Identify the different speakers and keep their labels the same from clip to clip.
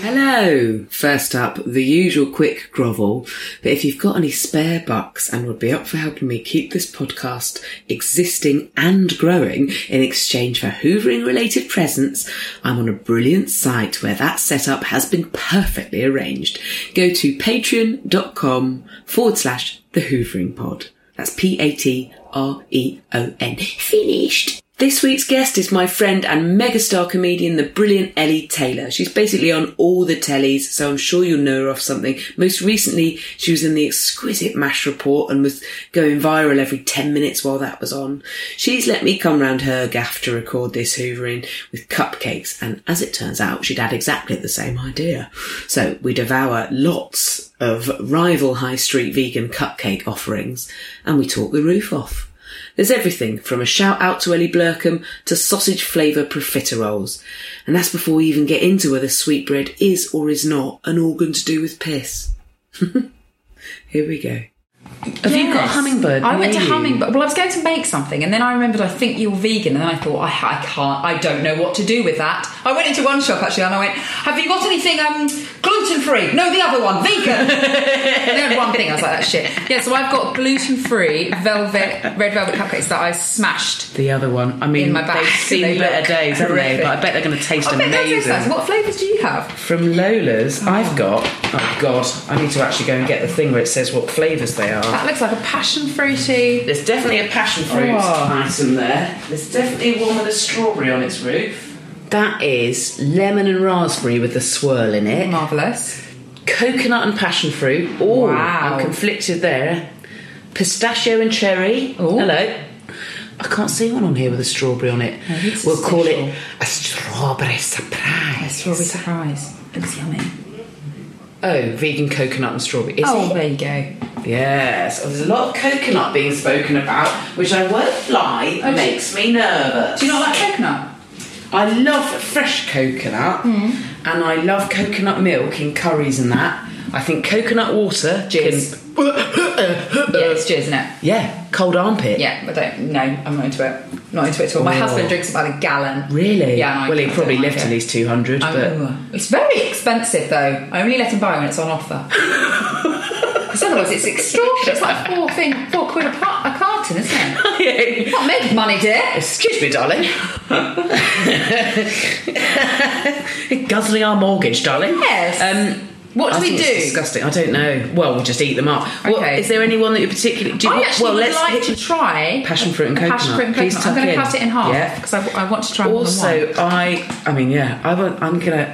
Speaker 1: Hello. First up, the usual quick grovel. But if you've got any spare bucks and would be up for helping me keep this podcast existing and growing in exchange for hoovering related presents, I'm on a brilliant site where that setup has been perfectly arranged. Go to patreon.com forward slash the hoovering pod. That's P A T R E O N. Finished. This week's guest is my friend and megastar comedian, the brilliant Ellie Taylor. She's basically on all the tellies, so I'm sure you'll know her off something. Most recently, she was in the exquisite MASH report and was going viral every 10 minutes while that was on. She's let me come round her gaff to record this hoovering with cupcakes, and as it turns out, she'd had exactly the same idea. So we devour lots of rival high street vegan cupcake offerings, and we talk the roof off. There's everything from a shout out to Ellie Blurcombe to sausage flavour profiteroles. And that's before we even get into whether sweetbread is or is not an organ to do with piss. Here we go. Have you got a
Speaker 2: Yes.
Speaker 1: hummingbird?
Speaker 2: I went to
Speaker 1: near you?
Speaker 2: hummingbird. Well, I was going to make something, and then I remembered I think you're vegan, and then I thought I, I can't. I don't know what to do with that. I went into one shop actually, and I went, "Have you got anything um, gluten free? No, the other one, vegan." they had one thing. I was like, "That shit." Yeah, so I've got gluten free velvet red velvet cupcakes that I smashed.
Speaker 1: The other one. I mean,
Speaker 2: In my bag.
Speaker 1: they've seen
Speaker 2: They
Speaker 1: better
Speaker 2: look
Speaker 1: days, haven't they?
Speaker 2: horrific.
Speaker 1: But I bet they're going to taste
Speaker 2: I bet they'll taste that.
Speaker 1: amazing.
Speaker 2: What flavours do you have?
Speaker 1: From Lola's, I've got. Oh God, I need to actually go and get the thing where it says what flavours they are.
Speaker 2: That looks like a passion fruity.
Speaker 1: There's definitely a passion fruit
Speaker 2: Oh.
Speaker 1: item there. There's definitely one with a strawberry on its roof. That is lemon and raspberry with a swirl in it.
Speaker 2: Marvellous.
Speaker 1: Coconut and passion fruit. Oh,
Speaker 2: Wow.
Speaker 1: I'm conflicted there. Pistachio and cherry.
Speaker 2: Ooh.
Speaker 1: Hello. I can't see one on here with a strawberry on it.
Speaker 2: this is
Speaker 1: we'll call
Speaker 2: special.
Speaker 1: it a strawberry surprise.
Speaker 2: Strawberry surprise. Looks yummy.
Speaker 1: Oh, vegan coconut and strawberry. Is
Speaker 2: Oh,
Speaker 1: it?
Speaker 2: there you go.
Speaker 1: Yes, Oh, there's a lot of coconut being spoken about, which I won't lie,
Speaker 2: Oh,
Speaker 1: makes me nervous.
Speaker 2: Do you not like coconut?
Speaker 1: I love fresh coconut,
Speaker 2: Mm.
Speaker 1: and I love coconut milk in curries and that. I think coconut water
Speaker 2: Cheers.
Speaker 1: can,
Speaker 2: Yeah, it's cheers, isn't it?
Speaker 1: Uh, yeah, cold armpit.
Speaker 2: Yeah, I don't. No, I'm not into it. Not into it at all. My
Speaker 1: Oh.
Speaker 2: husband drinks about a gallon.
Speaker 1: really.
Speaker 2: Yeah. and I
Speaker 1: well, he
Speaker 2: don't
Speaker 1: probably
Speaker 2: like
Speaker 1: lived
Speaker 2: it.
Speaker 1: at least two hundred,
Speaker 2: I'm-
Speaker 1: but
Speaker 2: it's very expensive though. I only let him buy when it's on offer. Because otherwise, it's extortionate. It's like four thing, four quid a, part, a carton, isn't it? You've not made money, dear.
Speaker 1: excuse me, darling. Guzzling our mortgage, darling.
Speaker 2: Yes.
Speaker 1: Um,
Speaker 2: What do
Speaker 1: I
Speaker 2: we
Speaker 1: think
Speaker 2: do?
Speaker 1: it's disgusting. I don't know. Well, we'll just eat them up. What-
Speaker 2: Okay.
Speaker 1: is there anyone that you particularly? Do you,
Speaker 2: I
Speaker 1: want-
Speaker 2: actually
Speaker 1: well,
Speaker 2: would
Speaker 1: let's
Speaker 2: like
Speaker 1: hit-
Speaker 2: to try
Speaker 1: passion fruit and
Speaker 2: a
Speaker 1: coconut.
Speaker 2: Passion fruit and
Speaker 1: Please
Speaker 2: coconut. I'm
Speaker 1: tuck
Speaker 2: going
Speaker 1: in.
Speaker 2: to cut it in half
Speaker 1: Yeah.
Speaker 2: because I, I want to try more
Speaker 1: Also,
Speaker 2: than one.
Speaker 1: I. I mean, yeah. I want, I'm gonna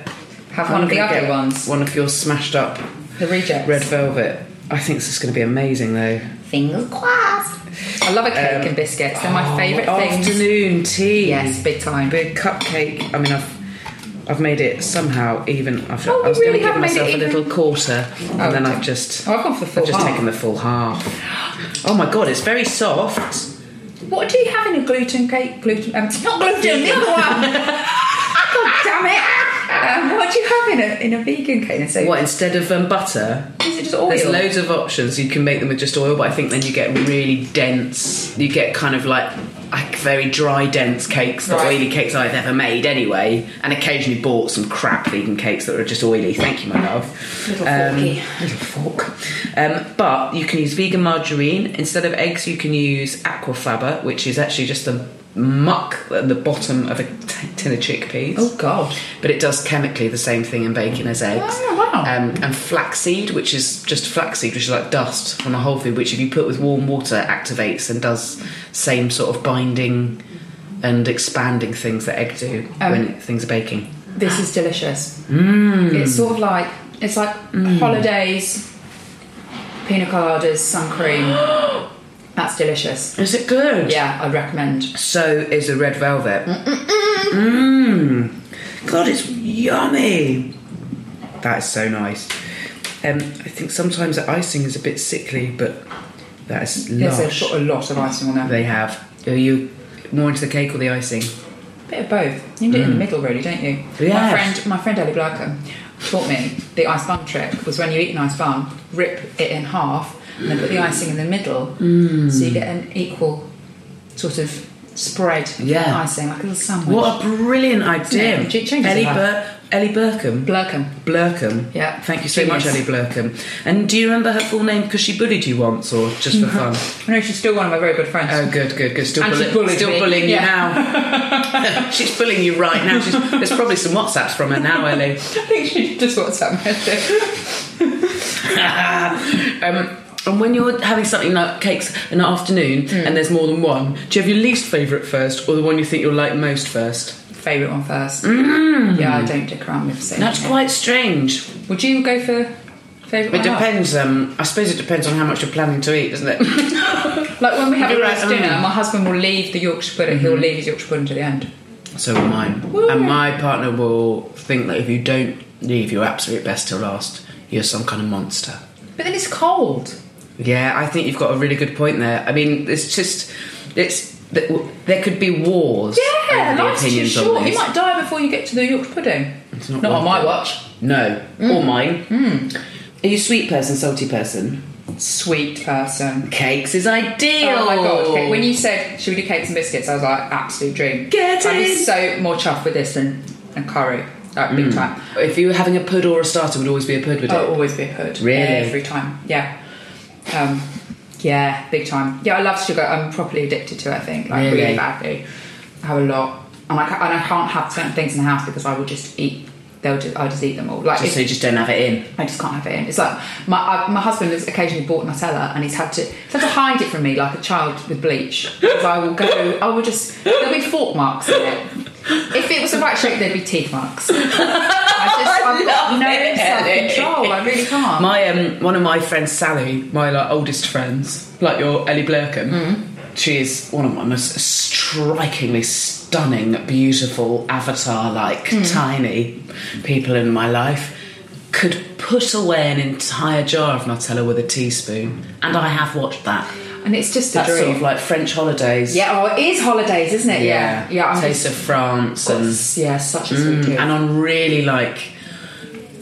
Speaker 2: Have
Speaker 1: I'm
Speaker 2: one of the
Speaker 1: gonna
Speaker 2: ugly
Speaker 1: get
Speaker 2: ones.
Speaker 1: One of your smashed up
Speaker 2: The rejects.
Speaker 1: red velvet. I think this is going to be amazing, though.
Speaker 2: Fingers crossed. I love a cake and biscuits. They're my favourite things.
Speaker 1: Oh, Afternoon tea.
Speaker 2: Yes, big time.
Speaker 1: Big cupcake. I mean, I've. I've made it somehow even. I've,
Speaker 2: Oh,
Speaker 1: I was
Speaker 2: we
Speaker 1: going to
Speaker 2: really
Speaker 1: give
Speaker 2: have made it
Speaker 1: myself a
Speaker 2: even.
Speaker 1: little quarter,
Speaker 2: Oh,
Speaker 1: and then
Speaker 2: dear.
Speaker 1: I've just.
Speaker 2: Oh, I've gone for the full
Speaker 1: I've just
Speaker 2: half.
Speaker 1: taken the full half. Oh my god, it's very soft.
Speaker 2: What do you have in a gluten cake? Gluten? Um, not gluten. The other one. Ah, God damn it! Um, what do you have in a in a vegan cake? So
Speaker 1: What instead of um, butter?
Speaker 2: Is it just oil?
Speaker 1: There's loads of options. You can make them with just oil, but I think then you get really dense. You get kind of like like very dry, dense cakes, the
Speaker 2: Right.
Speaker 1: oily cakes I've ever made anyway, and occasionally bought some crap vegan cakes that are just oily. Thank you, my love.
Speaker 2: Little
Speaker 1: Um,
Speaker 2: forky.
Speaker 1: little fork. Um, but you can use vegan margarine instead of eggs. You can use aquafaba, which is actually just the muck at the bottom of a t- tin of chickpeas
Speaker 2: Oh God.
Speaker 1: but it does chemically the same thing in bacon as eggs.
Speaker 2: Oh, wow.
Speaker 1: Um, and flaxseed, which is just flaxseed, which is like dust on a whole food, which if you put with warm water activates and does same sort of binding and expanding things that egg do when things are baking.
Speaker 2: This is delicious. It's sort of like it's like holidays, pina coladas, sun cream. That's delicious.
Speaker 1: Is it good?
Speaker 2: Yeah, I recommend.
Speaker 1: So is a red velvet. Mm. Mmm. God, it's yummy. That is so nice. Um, I think sometimes the icing is a bit sickly, but that is lush.
Speaker 2: There's a, sort of lot of icing on there.
Speaker 1: They have. Are you more into the cake or the icing?
Speaker 2: bit of both. You do it in the middle, really, don't you? My
Speaker 1: Mm. Yes.
Speaker 2: friend, my friend Ellie Blackham taught me the ice bun trick was when you eat an ice bun, rip it in half and then put the icing in the middle,
Speaker 1: Mm.
Speaker 2: so you get an equal sort of spread of
Speaker 1: Yeah.
Speaker 2: icing, like a little sandwich.
Speaker 1: What a brilliant idea!
Speaker 2: Isn't it? It changes
Speaker 1: Ellie,
Speaker 2: it up.
Speaker 1: Bur- Ellie Burkham.
Speaker 2: Blackham.
Speaker 1: Blurkham.
Speaker 2: Yeah.
Speaker 1: Thank you so much, Ellie
Speaker 2: Genius.
Speaker 1: Blurkham. And do you remember her full name because she bullied you once or just for fun?
Speaker 2: No, she's still one of my very good friends.
Speaker 1: Oh, good, good, good. Still,
Speaker 2: And she
Speaker 1: bully-
Speaker 2: bullied
Speaker 1: still
Speaker 2: me.
Speaker 1: bullying
Speaker 2: Yeah.
Speaker 1: you now. She's bullying you right now. She's, there's probably some WhatsApps from her Oh, now, Ellie.
Speaker 2: I think she just WhatsApp message.
Speaker 1: um, and when you're having something like cakes in the afternoon and there's more than one, do you have your least favourite first or the one you think you'll like most first?
Speaker 2: Favourite one first. Yeah, I don't dick around with so
Speaker 1: Mm. That's
Speaker 2: many.
Speaker 1: quite strange.
Speaker 2: Would you go for favourite
Speaker 1: It
Speaker 2: one? up?
Speaker 1: depends. Um, I suppose it depends on how much you're planning to eat, doesn't it?
Speaker 2: Like when we have a
Speaker 1: You're right, Mm-hmm.
Speaker 2: roast
Speaker 1: mm.
Speaker 2: dinner, my husband will leave the Yorkshire pudding. He'll leave his Yorkshire pudding to the end.
Speaker 1: so will mine. And my partner will think that if you don't leave your absolute best till last, you're some kind of monster.
Speaker 2: But then it's cold.
Speaker 1: Yeah, I think you've got a really good point there. I mean, it's just it's th- w- there could be wars.
Speaker 2: Yeah,
Speaker 1: over the
Speaker 2: life's too
Speaker 1: opinions on
Speaker 2: short. You
Speaker 1: this.
Speaker 2: might die before you get to the Yorkshire pudding. It's
Speaker 1: not
Speaker 2: not on
Speaker 1: worth
Speaker 2: my
Speaker 1: it.
Speaker 2: watch.
Speaker 1: No,
Speaker 2: Mm.
Speaker 1: or mine. Are you a sweet person, salty person?
Speaker 2: Sweet person.
Speaker 1: Cakes is ideal.
Speaker 2: Oh my god! Okay, When you said should we do cakes and biscuits, I was like absolute dream.
Speaker 1: Get
Speaker 2: I
Speaker 1: in.
Speaker 2: was so more chuffed with this than and curry, like
Speaker 1: Mm.
Speaker 2: big time.
Speaker 1: if you were having a pud or a starter, it would always be a pud, would it?
Speaker 2: I'll Oh, always be a hood.
Speaker 1: Really?
Speaker 2: Every time. Yeah. Um, yeah, big time. Yeah, I love sugar. I'm properly addicted to it, I think. Like, really,
Speaker 1: Really?
Speaker 2: badly. I have a lot. And I, ca- and I can't have certain things in the house because I will just eat. They'll just, I'll just eat them all. Like,
Speaker 1: Just
Speaker 2: if-
Speaker 1: so you just don't have it in.
Speaker 2: I just can't have it in. It's like my I, my husband has occasionally bought Nutella and he's had to he's had to hide it from me like a child with bleach. Because I will go, I will just there'll be fork marks in it. If it was the right shape, there'd be teeth marks. I just I've got
Speaker 1: Love
Speaker 2: no
Speaker 1: it.
Speaker 2: self control. I really can't.
Speaker 1: My um, one of my friends, Sally, my like oldest friends, like your Ellie Blurkham.
Speaker 2: Hmm.
Speaker 1: She is one of my most strikingly stunning, beautiful, avatar-like,
Speaker 2: Hmm.
Speaker 1: tiny people in my life. Could put away an entire jar of Nutella with a teaspoon, and I have watched that.
Speaker 2: and it's just a
Speaker 1: That's
Speaker 2: dream.
Speaker 1: sort of like French holidays.
Speaker 2: yeah, oh, it is holidays, isn't it?
Speaker 1: yeah,
Speaker 2: yeah. yeah I'm
Speaker 1: Taste
Speaker 2: just,
Speaker 1: of France
Speaker 2: got
Speaker 1: and
Speaker 2: s- yeah, such a sweet tooth.
Speaker 1: and on really like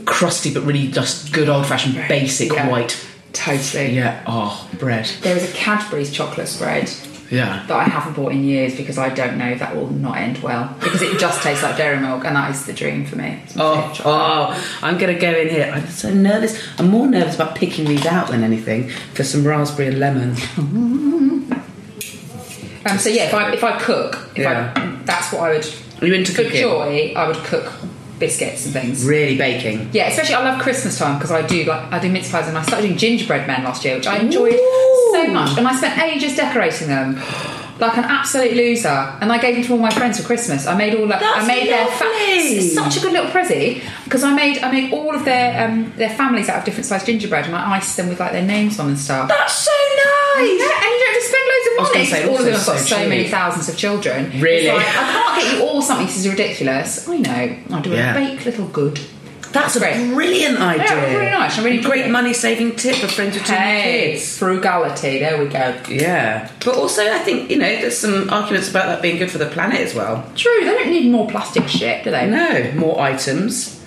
Speaker 1: crusty but really just good old fashioned basic
Speaker 2: Yeah.
Speaker 1: white.
Speaker 2: Totally.
Speaker 1: Yeah, oh, bread.
Speaker 2: There is a Cadbury's chocolate spread.
Speaker 1: Yeah.
Speaker 2: that I haven't bought in years because I don't know if that will not end well because it just tastes like dairy milk and that is the dream for me. It's my
Speaker 1: Oh,
Speaker 2: favourite chocolate.
Speaker 1: oh, I'm gonna go in here. I'm so nervous. I'm more nervous about picking these out than anything for some raspberry and lemon.
Speaker 2: Um, so yeah, if I if I cook, if
Speaker 1: oh. Yeah.
Speaker 2: I, that's what I would.
Speaker 1: Are you into
Speaker 2: for
Speaker 1: cooking?
Speaker 2: joy, I would cook biscuits and things.
Speaker 1: Really baking.
Speaker 2: Yeah, especially I love Christmas time because I do like I do mince pies and I started doing gingerbread men last year, which I enjoyed
Speaker 1: Ooh.
Speaker 2: so much, and I spent ages decorating them. Like an absolute loser, and I gave them to all my friends for Christmas. I made all like
Speaker 1: That's
Speaker 2: I made
Speaker 1: lovely.
Speaker 2: their fa- such a good little prezi because I made I made all of their um, their families out of different sized gingerbread and I iced them with like their names on and stuff.
Speaker 1: That's so
Speaker 2: Yeah, and
Speaker 1: nice.
Speaker 2: you don't have to spend loads of
Speaker 1: I was
Speaker 2: money.
Speaker 1: gonna say,
Speaker 2: all of them have
Speaker 1: also
Speaker 2: got
Speaker 1: so
Speaker 2: so many
Speaker 1: cheap.
Speaker 2: thousands of children. It's
Speaker 1: Really?
Speaker 2: like, I can't get you all something. This is ridiculous. I know. I'll do
Speaker 1: Yeah.
Speaker 2: a baked little good.
Speaker 1: That's a
Speaker 2: Great.
Speaker 1: brilliant idea.
Speaker 2: Yeah, really nice. I really enjoyed
Speaker 1: great
Speaker 2: it.
Speaker 1: money saving tip for friends with two
Speaker 2: Hey,
Speaker 1: kids.
Speaker 2: frugality. There we go.
Speaker 1: Yeah, but also I think you know there's some arguments about that being good for the planet as well.
Speaker 2: True. They don't need more plastic shit, do they?
Speaker 1: No, more items.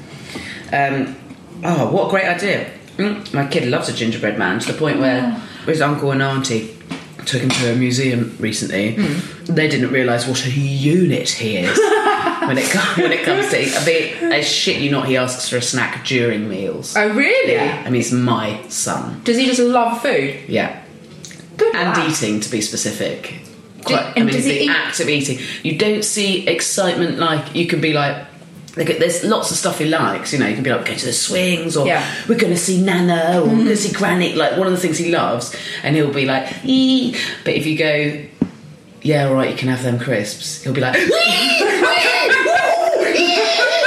Speaker 1: Um, oh, what a great idea! Mm, my kid loves a gingerbread man to the point where his uncle and auntie took him to a museum recently.
Speaker 2: Hmm.
Speaker 1: They didn't realise what a unit he is. When it, co- when it comes to, I mean, I shit you not, he asks for a snack during meals.
Speaker 2: Oh really?
Speaker 1: Yeah, I mean, he's my son.
Speaker 2: Does he just love food?
Speaker 1: Yeah.
Speaker 2: Good.
Speaker 1: And
Speaker 2: lad.
Speaker 1: eating, to be specific.
Speaker 2: Do-
Speaker 1: Quite, I
Speaker 2: and
Speaker 1: mean,
Speaker 2: does
Speaker 1: the
Speaker 2: he eat-
Speaker 1: act of eating. You don't see excitement like you can be like. Like, there's lots of stuff he likes, you know. You can be like, go to the swings, or
Speaker 2: Yeah.
Speaker 1: we're going to see Nana, or we're going to see Granny. Like one of the things he loves, and he'll be like, ee. But if you go, yeah, all right, you can have them crisps. He'll be like,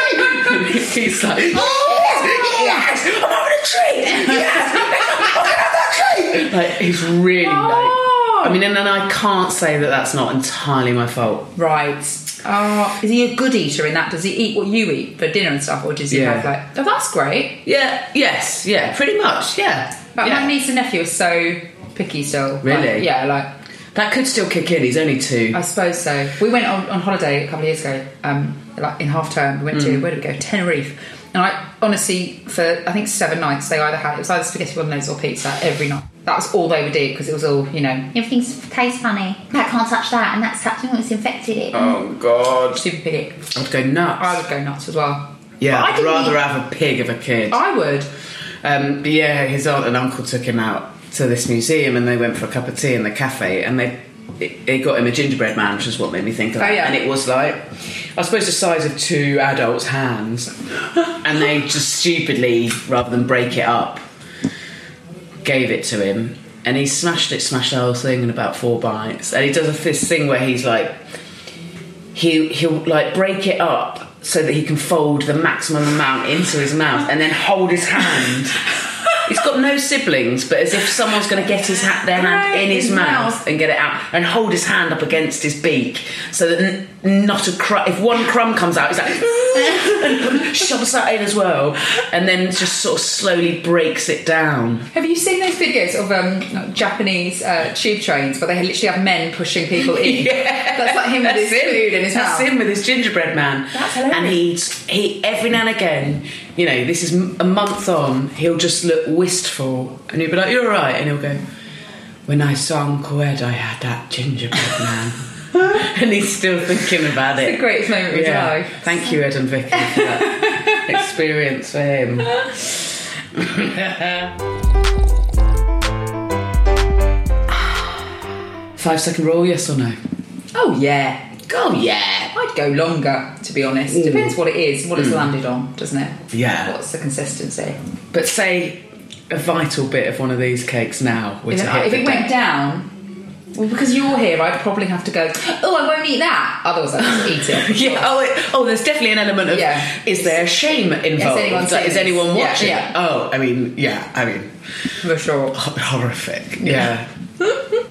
Speaker 1: he's like, yes, Oh, yes, I'm having a treat. Yes, I'm having that treat. Like he's really
Speaker 2: Oh.
Speaker 1: like. I mean, and, and I can't say that that's not entirely my fault.
Speaker 2: Right. Oh, is he a good eater in that? Does he eat what you eat for dinner and stuff, or does he
Speaker 1: Yeah.
Speaker 2: have like? Oh, that's great.
Speaker 1: Yeah. Yes. Yeah. Pretty much. Yeah.
Speaker 2: But
Speaker 1: yeah.
Speaker 2: my niece and nephew are so picky still.
Speaker 1: Really?
Speaker 2: Like, yeah. Like.
Speaker 1: that could still kick in. He's only two.
Speaker 2: I suppose so. We went on, on holiday a couple of years ago, um, like in half term. We went
Speaker 1: Mm.
Speaker 2: to where did we go? Tenerife. And I honestly, for I think seven nights, they either had it was either spaghetti bolognese or pizza every night. That was all they would eat because it was all you know
Speaker 3: Everything's tastes funny. That can't touch that, and that's touching what's infected it.
Speaker 2: super picky.
Speaker 1: I'd go nuts.
Speaker 2: I would go nuts as well.
Speaker 1: yeah.
Speaker 2: But I
Speaker 1: I'd
Speaker 2: didn't
Speaker 1: rather
Speaker 2: eat-
Speaker 1: have a pig of a kid.
Speaker 2: I would.
Speaker 1: Um, but yeah, his aunt and uncle took him out to this museum, and they went for a cup of tea in the cafe, and they it, it got him a gingerbread man, which is what made me think of
Speaker 2: Oh,
Speaker 1: that.
Speaker 2: yeah.
Speaker 1: And it was like, I suppose, the size of two adults' hands, and they just stupidly, rather than break it up, gave it to him, and he smashed it, smashed the whole thing in about four bites, and he does a- this thing where he's like he he'll like break it up so that he can fold the maximum amount into his mouth and then hold his hand. He's got no siblings, but as if someone's going to get his ha- their hand
Speaker 2: Right,
Speaker 1: in his,
Speaker 2: his
Speaker 1: mouth,
Speaker 2: mouth.
Speaker 1: and get it out, and hold his hand up against his beak so that n- not a crumb. If one crumb comes out, he's like and shoves that in as well, and then just sort of slowly breaks it down.
Speaker 2: Have you seen those videos of um, like, Japanese uh, tube trains where they literally have men pushing people in? That's like him with his food in his
Speaker 1: That's
Speaker 2: mouth.
Speaker 1: him with his gingerbread man.
Speaker 2: That's hilarious.
Speaker 1: And he, he every now and again, you know, this is m- a month on, he'll just look wistful and he'll be like, You're all right. And he'll go, When I saw Uncle Ed, I had that gingerbread man. and he's still thinking about it.
Speaker 2: The greatest moment of his
Speaker 1: Yeah.
Speaker 2: life.
Speaker 1: Thank you, Ed and Vicky, for that experience for him. Five second rule, yes or no?
Speaker 2: Oh yeah.
Speaker 1: Go, yeah.
Speaker 2: I'd go longer, to be honest. Depends what it is, what it's landed on, doesn't it?
Speaker 1: Hmm. Yeah.
Speaker 2: What's the consistency?
Speaker 1: But say a vital bit of one of these cakes now were
Speaker 2: If,
Speaker 1: to
Speaker 2: it-
Speaker 1: hit
Speaker 2: if
Speaker 1: the
Speaker 2: it went
Speaker 1: deck.
Speaker 2: down, well, because you're here, I'd probably have to go. Oh, I won't eat that. Otherwise, I'd just eat it.
Speaker 1: Yeah. Oh, it, oh. There's definitely an element of.
Speaker 2: Yeah.
Speaker 1: Is there shame involved?
Speaker 2: anyone
Speaker 1: Like, is
Speaker 2: seen
Speaker 1: anyone
Speaker 2: this? Yeah,
Speaker 1: watching?
Speaker 2: yeah.
Speaker 1: Oh, I mean, yeah. I mean,
Speaker 2: for sure.
Speaker 1: hor- horrific. Yeah.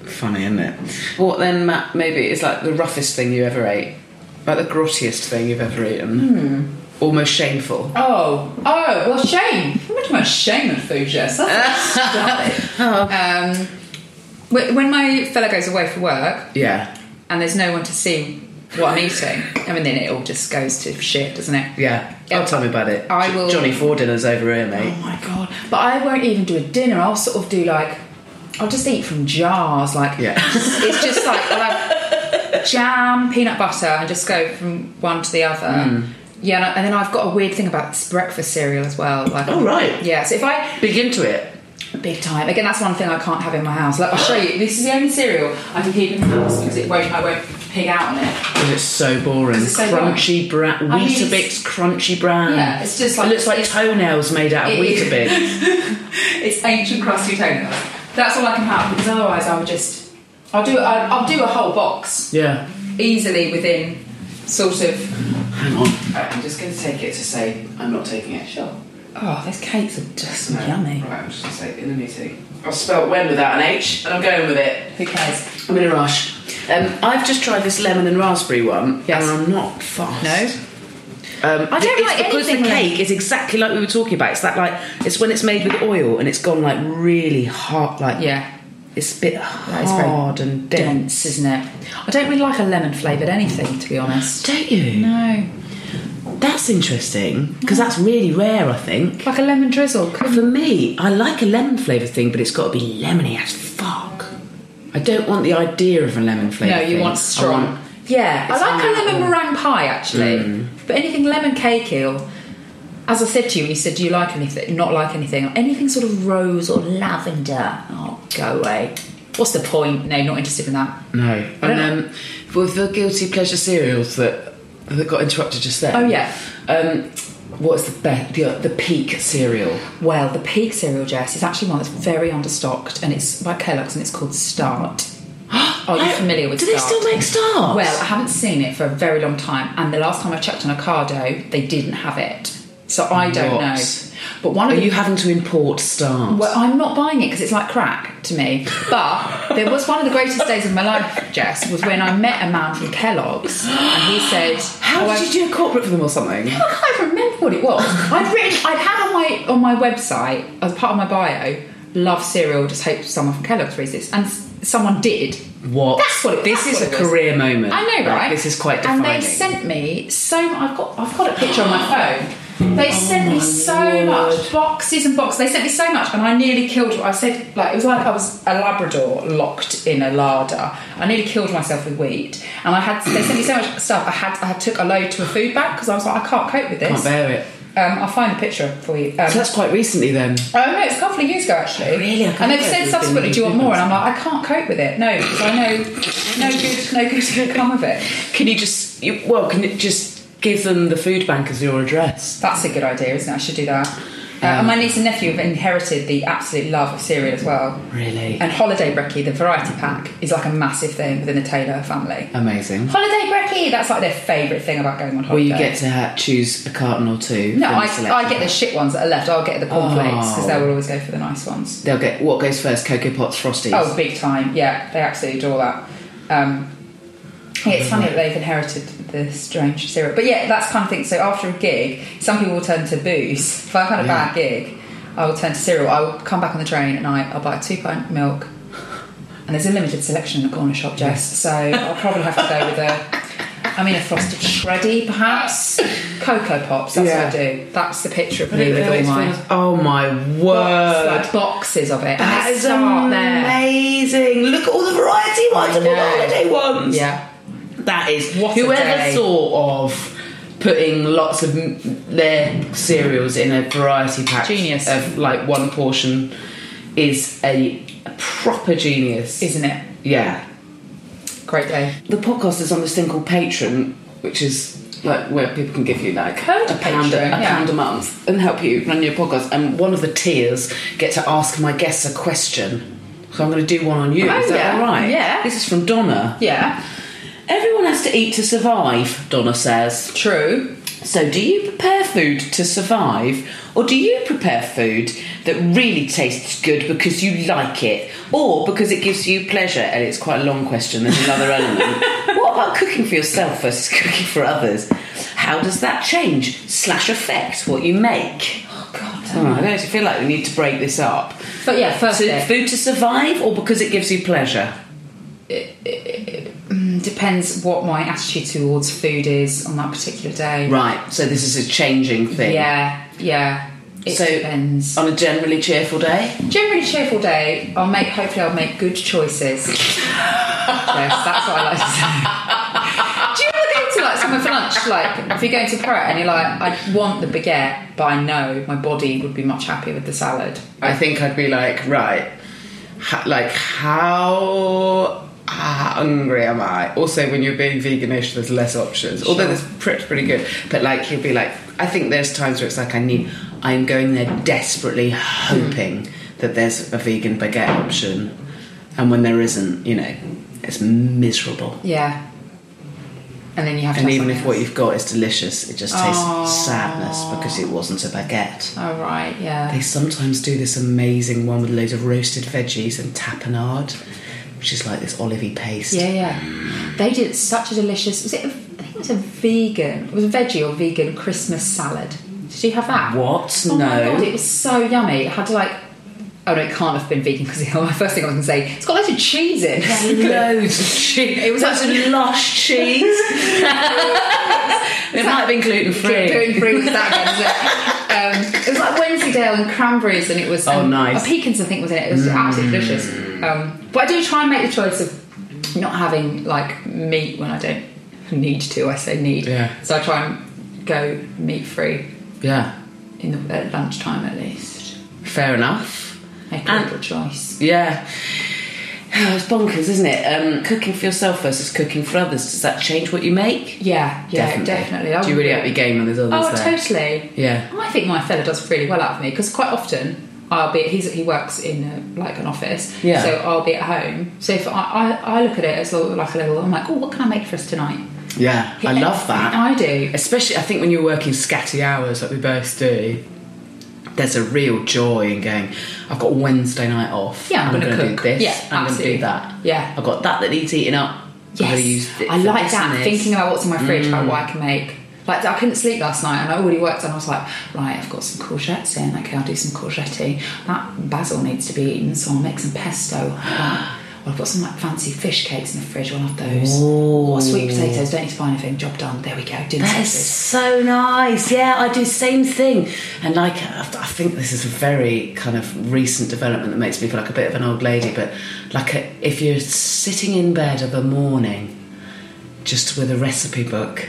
Speaker 1: Funny, isn't it? What then, Matt? Maybe is like the roughest thing you ever ate, like the grottiest thing you've ever eaten. Almost shameful.
Speaker 2: Oh, oh, well, shame. How much much shame at food, yes. That's
Speaker 1: Oh.
Speaker 2: um, wh- when my fella goes away for work
Speaker 1: Yeah.
Speaker 2: and there's no one to see what I'm eating, I mean, then it all just goes to shit, doesn't it?
Speaker 1: Yeah.
Speaker 2: Yeah.
Speaker 1: Oh, tell me about it.
Speaker 2: I
Speaker 1: Jo-
Speaker 2: will-
Speaker 1: Johnny Four dinners over here,
Speaker 2: Oh
Speaker 1: mate.
Speaker 2: my god! But I won't even do a dinner. I'll sort of do like, I'll just eat from jars. Like,
Speaker 1: Yeah.
Speaker 2: it's just like I'll have jam, peanut butter, and just go from one to the other.
Speaker 1: Hmm.
Speaker 2: Yeah, and, I- and then I've got a weird thing about this breakfast cereal as well. Like,
Speaker 1: Oh, right.
Speaker 2: Yeah, so if I
Speaker 1: Big into it.
Speaker 2: Big time. Again, that's one thing I can't have in my house. Look, I'll show you. This is the only cereal I can keep in the house because it won't. I won't pig out on it.
Speaker 1: Because it's so boring.
Speaker 2: It's so
Speaker 1: crunchy bran,
Speaker 2: I mean, it's-
Speaker 1: Weetabix crunchy bran.
Speaker 2: Yeah, it's just like-
Speaker 1: it looks like
Speaker 2: it's-
Speaker 1: toenails made out of
Speaker 2: It is.
Speaker 1: Weetabix.
Speaker 2: It's ancient crusty toenails. That's all I can have because otherwise I would just. I'll do. I'll, I'll do a whole box
Speaker 1: yeah,
Speaker 2: easily within sort of.
Speaker 1: hang on.
Speaker 2: Right, I'm just going to take it to say
Speaker 1: I'm not taking it.
Speaker 2: sure. Oh, those cakes are just
Speaker 1: No.
Speaker 2: yummy.
Speaker 1: Right, I'm just gonna say in the meeting. I've spelt when without an H, and I'm going with it.
Speaker 2: Who cares?
Speaker 1: I'm in a rush. Um, I've just tried this lemon and raspberry one,
Speaker 2: Yes.
Speaker 1: and I'm not fast.
Speaker 2: No?
Speaker 1: Um,
Speaker 2: I don't
Speaker 1: it's
Speaker 2: like
Speaker 1: because
Speaker 2: anything
Speaker 1: the
Speaker 2: really.
Speaker 1: cake is exactly like we were talking about. It's that like it's when it's made with oil and it's gone like really hard, like
Speaker 2: Yeah.
Speaker 1: it's a bit
Speaker 2: it's very
Speaker 1: hard and dense.
Speaker 2: Dense, isn't it? I don't really like a lemon flavoured anything, to be honest.
Speaker 1: Don't you?
Speaker 2: No.
Speaker 1: That's interesting because that's really rare, I think.
Speaker 2: Like a lemon drizzle.
Speaker 1: For me, I like a lemon flavour thing, but it's got to be lemony as fuck. I don't want the idea of a lemon flavour.
Speaker 2: No, you
Speaker 1: thing.
Speaker 2: want strong.
Speaker 1: I want-
Speaker 2: yeah, I
Speaker 1: it's
Speaker 2: like a
Speaker 1: an
Speaker 2: lemon
Speaker 1: apple.
Speaker 2: meringue pie actually, but anything lemon cakey or, as I said to you, when you said do you like anything, not like anything, anything sort of rose or lavender. Oh, go away. What's the point? No, not interested in that.
Speaker 1: No.
Speaker 2: I
Speaker 1: And
Speaker 2: don't
Speaker 1: um, with the guilty pleasure cereals that that got interrupted just then.
Speaker 2: Oh, yeah.
Speaker 1: Um, what's the best? The, the peak cereal.
Speaker 2: Well, the peak cereal, Jess, is actually one that's very understocked, and it's by Kellogg's, and it's called Start. Are you
Speaker 1: I-
Speaker 2: familiar with
Speaker 1: Do
Speaker 2: Start?
Speaker 1: they still make stars?
Speaker 2: Well, I haven't seen it for a very long time, and the last time I checked on Ocado, they didn't have it. So I don't
Speaker 1: What?
Speaker 2: know. But one
Speaker 1: are
Speaker 2: of the
Speaker 1: you having to import stars?
Speaker 2: Well, I'm not buying it because it's like crack to me. But there was one of the greatest days of my life, Jess, was when I met a man from Kellogg's and he said,
Speaker 1: How
Speaker 2: oh,
Speaker 1: did
Speaker 2: I-
Speaker 1: you do a corporate for them or something?
Speaker 2: I can't remember what it was. I'd written, I'd had on my on my website as part of my bio, love cereal. Just hope someone from Kellogg's reads this, and s- someone did.
Speaker 1: What?
Speaker 2: That's what. It,
Speaker 1: This
Speaker 2: that's
Speaker 1: is
Speaker 2: what
Speaker 1: a
Speaker 2: it was.
Speaker 1: career moment.
Speaker 2: I know,
Speaker 1: Like,
Speaker 2: right?
Speaker 1: this is quite
Speaker 2: And they
Speaker 1: defining.
Speaker 2: sent me so. I've got. I've got a picture on my phone.
Speaker 1: Oh
Speaker 2: They sent me so much boxes and boxes. They sent me so much, and I nearly killed. I said like it was like I was a Labrador locked in a larder. I nearly killed myself with wheat, and I had. They sent me so much stuff. I had. I took a load to a food bag because I was like, I can't cope with this.
Speaker 1: Can't bear it.
Speaker 2: Um, I'll find a picture for you. Um,
Speaker 1: So Uh, that's quite recently then.
Speaker 2: Oh no, it's a couple of years ago actually.
Speaker 1: Really? I can't
Speaker 2: And they've
Speaker 1: cope
Speaker 2: said
Speaker 1: with
Speaker 2: subsequently,
Speaker 1: being
Speaker 2: "Do you want
Speaker 1: human.
Speaker 2: more?" And I'm like, "I can't cope with it. No, because I know no good, no good can come of it."
Speaker 1: Can you just? You, well, can you just give them the food bank as your address?
Speaker 2: That's a good idea, isn't it? I should do that. Uh, and my
Speaker 1: Um,
Speaker 2: niece and nephew have inherited the absolute love of cereal as well.
Speaker 1: Really?
Speaker 2: And holiday brekkie, the variety pack, is like a massive thing within the Taylor family.
Speaker 1: Amazing.
Speaker 2: Holiday brekkie, that's like their favourite thing about going
Speaker 1: Um,
Speaker 2: on
Speaker 1: Well,
Speaker 2: holiday.
Speaker 1: you get to ha- choose a carton or two.
Speaker 2: no,
Speaker 1: from
Speaker 2: I,
Speaker 1: the
Speaker 2: I
Speaker 1: selection.
Speaker 2: get the shit ones that are left. I'll get the cornflakes because
Speaker 1: Oh.
Speaker 2: they will always go for the nice ones.
Speaker 1: They'll get what goes first: cocoa pots, frosties.
Speaker 2: Oh, big time. Yeah, they absolutely adore that. Um, yeah, it's funny that they've inherited the strange syrup. But yeah, that's kind of thing. So after a gig, some people will turn to booze. If I've had a bad gig, I will turn to cereal. I will come back on the train and I, I'll buy a two pint milk. And there's a limited selection in the corner shop, Jess. So I'll probably have to go with a, I mean, a frosted shreddy, perhaps. Cocoa Pops, that's what I
Speaker 1: Yeah.
Speaker 2: do. That's the picture of
Speaker 1: I
Speaker 2: me
Speaker 1: don't
Speaker 2: with
Speaker 1: know,
Speaker 2: all
Speaker 1: it's
Speaker 2: my
Speaker 1: been- oh my
Speaker 2: box,
Speaker 1: word!
Speaker 2: like boxes of it.
Speaker 1: that
Speaker 2: and they
Speaker 1: is
Speaker 2: start there.
Speaker 1: amazing. Look at all the variety ones and all the
Speaker 2: know.
Speaker 1: holiday ones.
Speaker 2: Yeah.
Speaker 1: that is.
Speaker 2: What a
Speaker 1: whoever
Speaker 2: day.
Speaker 1: thought of putting lots of m- their cereals in a variety pack
Speaker 2: Genius.
Speaker 1: of like one portion is a, a proper genius,
Speaker 2: Isn't it?
Speaker 1: Yeah,
Speaker 2: Great day.
Speaker 1: the podcast is on this thing called Patreon, which is like where people can give you like
Speaker 2: Heard
Speaker 1: a
Speaker 2: of
Speaker 1: pound a,
Speaker 2: Patreon,
Speaker 1: a
Speaker 2: yeah.
Speaker 1: pound a month and help you run your podcast. And one of the tiers get to ask my guests a question. So I'm going to do one on you.
Speaker 2: Oh,
Speaker 1: is that
Speaker 2: yeah.
Speaker 1: all right?
Speaker 2: Yeah.
Speaker 1: This is from Donna.
Speaker 2: Yeah.
Speaker 1: Everyone has to eat to survive. Donna says.
Speaker 2: True.
Speaker 1: So, do you prepare food to survive, or do you prepare food that really tastes good because you like it, or because it gives you pleasure? And it's quite a long question, there's another element. What about cooking for yourself versus cooking for oothers? How does that change slash affect what you make?
Speaker 2: Oh god.
Speaker 1: Oh, I don't feel like we need to break this up.
Speaker 2: But yeah, first
Speaker 1: So,
Speaker 2: bit.
Speaker 1: food to survive, or because it gives you pleasure?
Speaker 2: Mm, depends what my attitude towards food is on that particular day.
Speaker 1: Right, so this is a changing thing.
Speaker 2: Yeah. Yeah. It
Speaker 1: So- um,
Speaker 2: depends.
Speaker 1: On a generally cheerful day?
Speaker 2: Generally cheerful day. I'll make. Hopefully, I'll make good choices. yes, that's what I like to say. Do you ever go to also like someone for lunch. Like if you're going to Pret and you're like, I want the baguette, but I know my body would be much happier with the salad.
Speaker 1: I think I'd be like, right, ha- like how hungry am I? Also, when you're being veganish, there's less options. Although there's pretty pretty good, but like you'll be like, I think there's times where it's like I need, I'm going there desperately hoping that there's a vegan baguette option, and when there isn't, you know, it's miserable.
Speaker 2: Yeah. And then you have to.
Speaker 1: And
Speaker 2: have
Speaker 1: even
Speaker 2: something
Speaker 1: if what
Speaker 2: else.
Speaker 1: you've got is delicious, it just tastes sadness because it wasn't a baguette.
Speaker 2: Oh right,
Speaker 1: They
Speaker 2: yeah.
Speaker 1: sometimes do this amazing one with loads of roasted veggies and tapenade, which is like this olivey paste.
Speaker 2: Yeah, yeah. They did such a delicious. Was it? A, I think it was a vegan. It was a veggie or vegan Christmas salad. Did you have that?
Speaker 1: What?
Speaker 2: Oh my
Speaker 1: No.
Speaker 2: god, it was so yummy. It had to like. Oh no, it can't have been vegan because my first thing I was going to say it's got loads of cheese in.
Speaker 1: Loads of cheese. It was
Speaker 2: Lots
Speaker 1: actually lush cheese. it might have been gluten free.
Speaker 2: Gluten free was that one, isn't it? Um, it was like Wednesdaydale and cranberries, and it was
Speaker 1: Oh,
Speaker 2: um,
Speaker 1: nice. Mm.
Speaker 2: A pecans, I think, was in it. It was absolutely delicious. Um, but I do try and make the choice of not having like meat when I don't need to. I say need,
Speaker 1: Yeah.
Speaker 2: so I try and go meat free
Speaker 1: Yeah,
Speaker 2: in the at lunchtime at least.
Speaker 1: fair enough.
Speaker 2: Make a little choice.
Speaker 1: Yeah. Oh, it's bonkers, isn't it? Um, cooking for yourself versus cooking for others. Does that change what you make?
Speaker 2: Yeah, yeah, definitely. I
Speaker 1: Do you
Speaker 2: would-
Speaker 1: really up your game when there's others
Speaker 2: Oh,
Speaker 1: there?
Speaker 2: totally.
Speaker 1: Yeah.
Speaker 2: I think my fella does really well out of me because quite often I'll be he's he works in a, like an office,
Speaker 1: Yeah.
Speaker 2: So I'll be at home. So if I, I, I look at it as lo- like a little, I'm like, oh, what can I make for us tonight?
Speaker 1: Yeah, I love that.
Speaker 2: I do.
Speaker 1: especially I think when you're working scatty hours like we both do, there's a real joy in going. I've got Wednesday night off.
Speaker 2: Yeah, I'm
Speaker 1: going
Speaker 2: gonna
Speaker 1: to
Speaker 2: cook.
Speaker 1: do this.
Speaker 2: Yeah,
Speaker 1: I'm going to do
Speaker 2: absolutely.
Speaker 1: that.
Speaker 2: Yeah.
Speaker 1: I've got that that needs eating up. I'm gonna use
Speaker 2: Yes,
Speaker 1: thi-
Speaker 2: I
Speaker 1: for Mm.
Speaker 2: like
Speaker 1: this
Speaker 2: that.
Speaker 1: and this.
Speaker 2: Thinking about what's in my fridge, about what I can make. Like I couldn't sleep last night, and I already worked, and I was like, right, I've got some courgettes in. Okay, I'll do some courgette. That basil needs to be eaten, so I'll make some pesto. Right. Well, I've got some like fancy fish cakes in the fridge. I'll have those. Or sweet potatoes. Don't need to buy anything. Job done. There we go. Dinner
Speaker 1: That is
Speaker 2: services.
Speaker 1: so nice. Yeah, I do same thing. And like, I I think this is a very kind of recent development that makes me feel like a bit of an old lady. But like, a, if you're sitting in bed of a morning, just with a recipe book,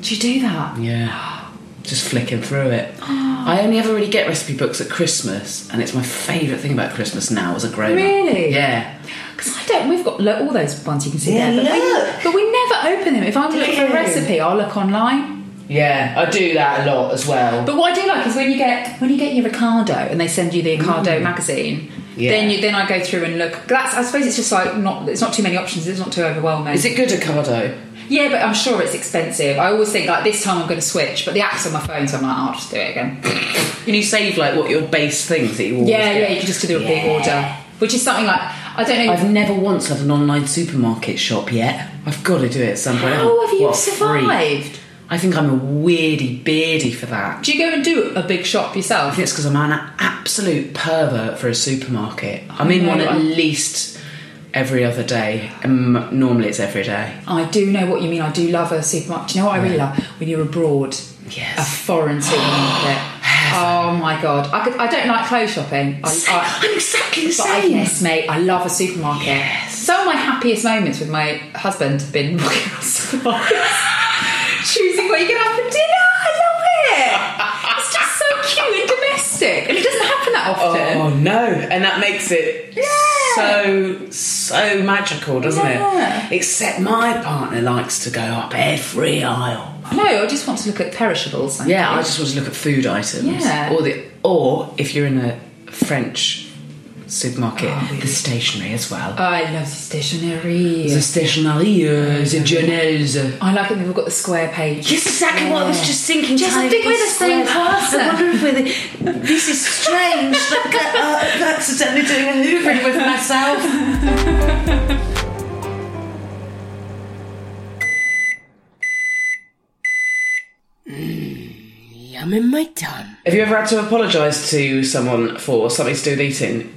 Speaker 2: Do you do that?
Speaker 1: Yeah. Just flicking through it. I only ever really get recipe books at Christmas, and it's my favourite thing about Christmas now as a grown up.
Speaker 2: Really?
Speaker 1: Yeah.
Speaker 2: Because I don't. We've got look, all those ones you can see
Speaker 1: Yeah,
Speaker 2: there, but,
Speaker 1: look.
Speaker 2: We, but we never open them. If I'm looking for
Speaker 1: you?
Speaker 2: a recipe, I'll look online.
Speaker 1: Yeah, I do that a lot as well.
Speaker 2: But what I do like is when you get when you get your Ricardo and they send you the Ricardo magazine.
Speaker 1: Mm. Yeah.
Speaker 2: Then you then I go through and look. That's I suppose it's just like not it's not too many options. It's not too overwhelming.
Speaker 1: Is it good, Ocado?
Speaker 2: Yeah, but I'm sure it's expensive. I always think like this time I'm going to switch, but the app's on my phone, so I'm like, "Oh, I'll just do it again.
Speaker 1: Can you save like what your base things that you always
Speaker 2: yeah,
Speaker 1: get?
Speaker 2: yeah, you can just do the repeat order, which is something like I don't know.
Speaker 1: I've never once had an online supermarket shop yet. I've got to do it at some point.
Speaker 2: How have you
Speaker 1: What a freak.
Speaker 2: survived?
Speaker 1: I think I'm a weirdy beardy for that.
Speaker 2: Do you go and do a big shop yourself?
Speaker 1: I think it's because I'm an absolute pervert for a supermarket. I'm in one at least every other day. Um, normally it's every day.
Speaker 2: I do know what you mean. I do love a supermarket. Do you know what I really love? When you're abroad,
Speaker 1: Yes.
Speaker 2: a foreign supermarket. oh my god, I, could, I don't like clothes shopping. I, I,
Speaker 1: Oh, I'm exactly the
Speaker 2: but I,
Speaker 1: same.
Speaker 2: yes, mate, I love a supermarket. Some of my happiest moments with my husband have been walking around supermarkets, choosing what you're going to have for dinner. I love it. It's just so cute and domestic, and it doesn't happen that often.
Speaker 1: Oh no! And that makes it so so magical, doesn't
Speaker 2: Yeah.
Speaker 1: it? Except my partner likes to go up every aisle.
Speaker 2: No, I just want to look at perishables. thank
Speaker 1: Yeah,
Speaker 2: you.
Speaker 1: I just want to look at food items.
Speaker 2: Yeah.
Speaker 1: Or the or if you're in a French supermarket, the stationery as well.
Speaker 2: I love stationery.
Speaker 1: the stationery, uh, the journals.
Speaker 2: I like it when we've got the square page.
Speaker 1: Yes, exactly what I was just thinking.
Speaker 2: Jess, I
Speaker 1: tiny
Speaker 2: think we're the same
Speaker 1: square.
Speaker 2: person.
Speaker 1: I wonder if we're the, This is strange. like, uh, I'm accidentally doing a hoovering with myself.
Speaker 4: Yum in my tum.
Speaker 1: Have you ever had to apologise to someone for something to do with eating?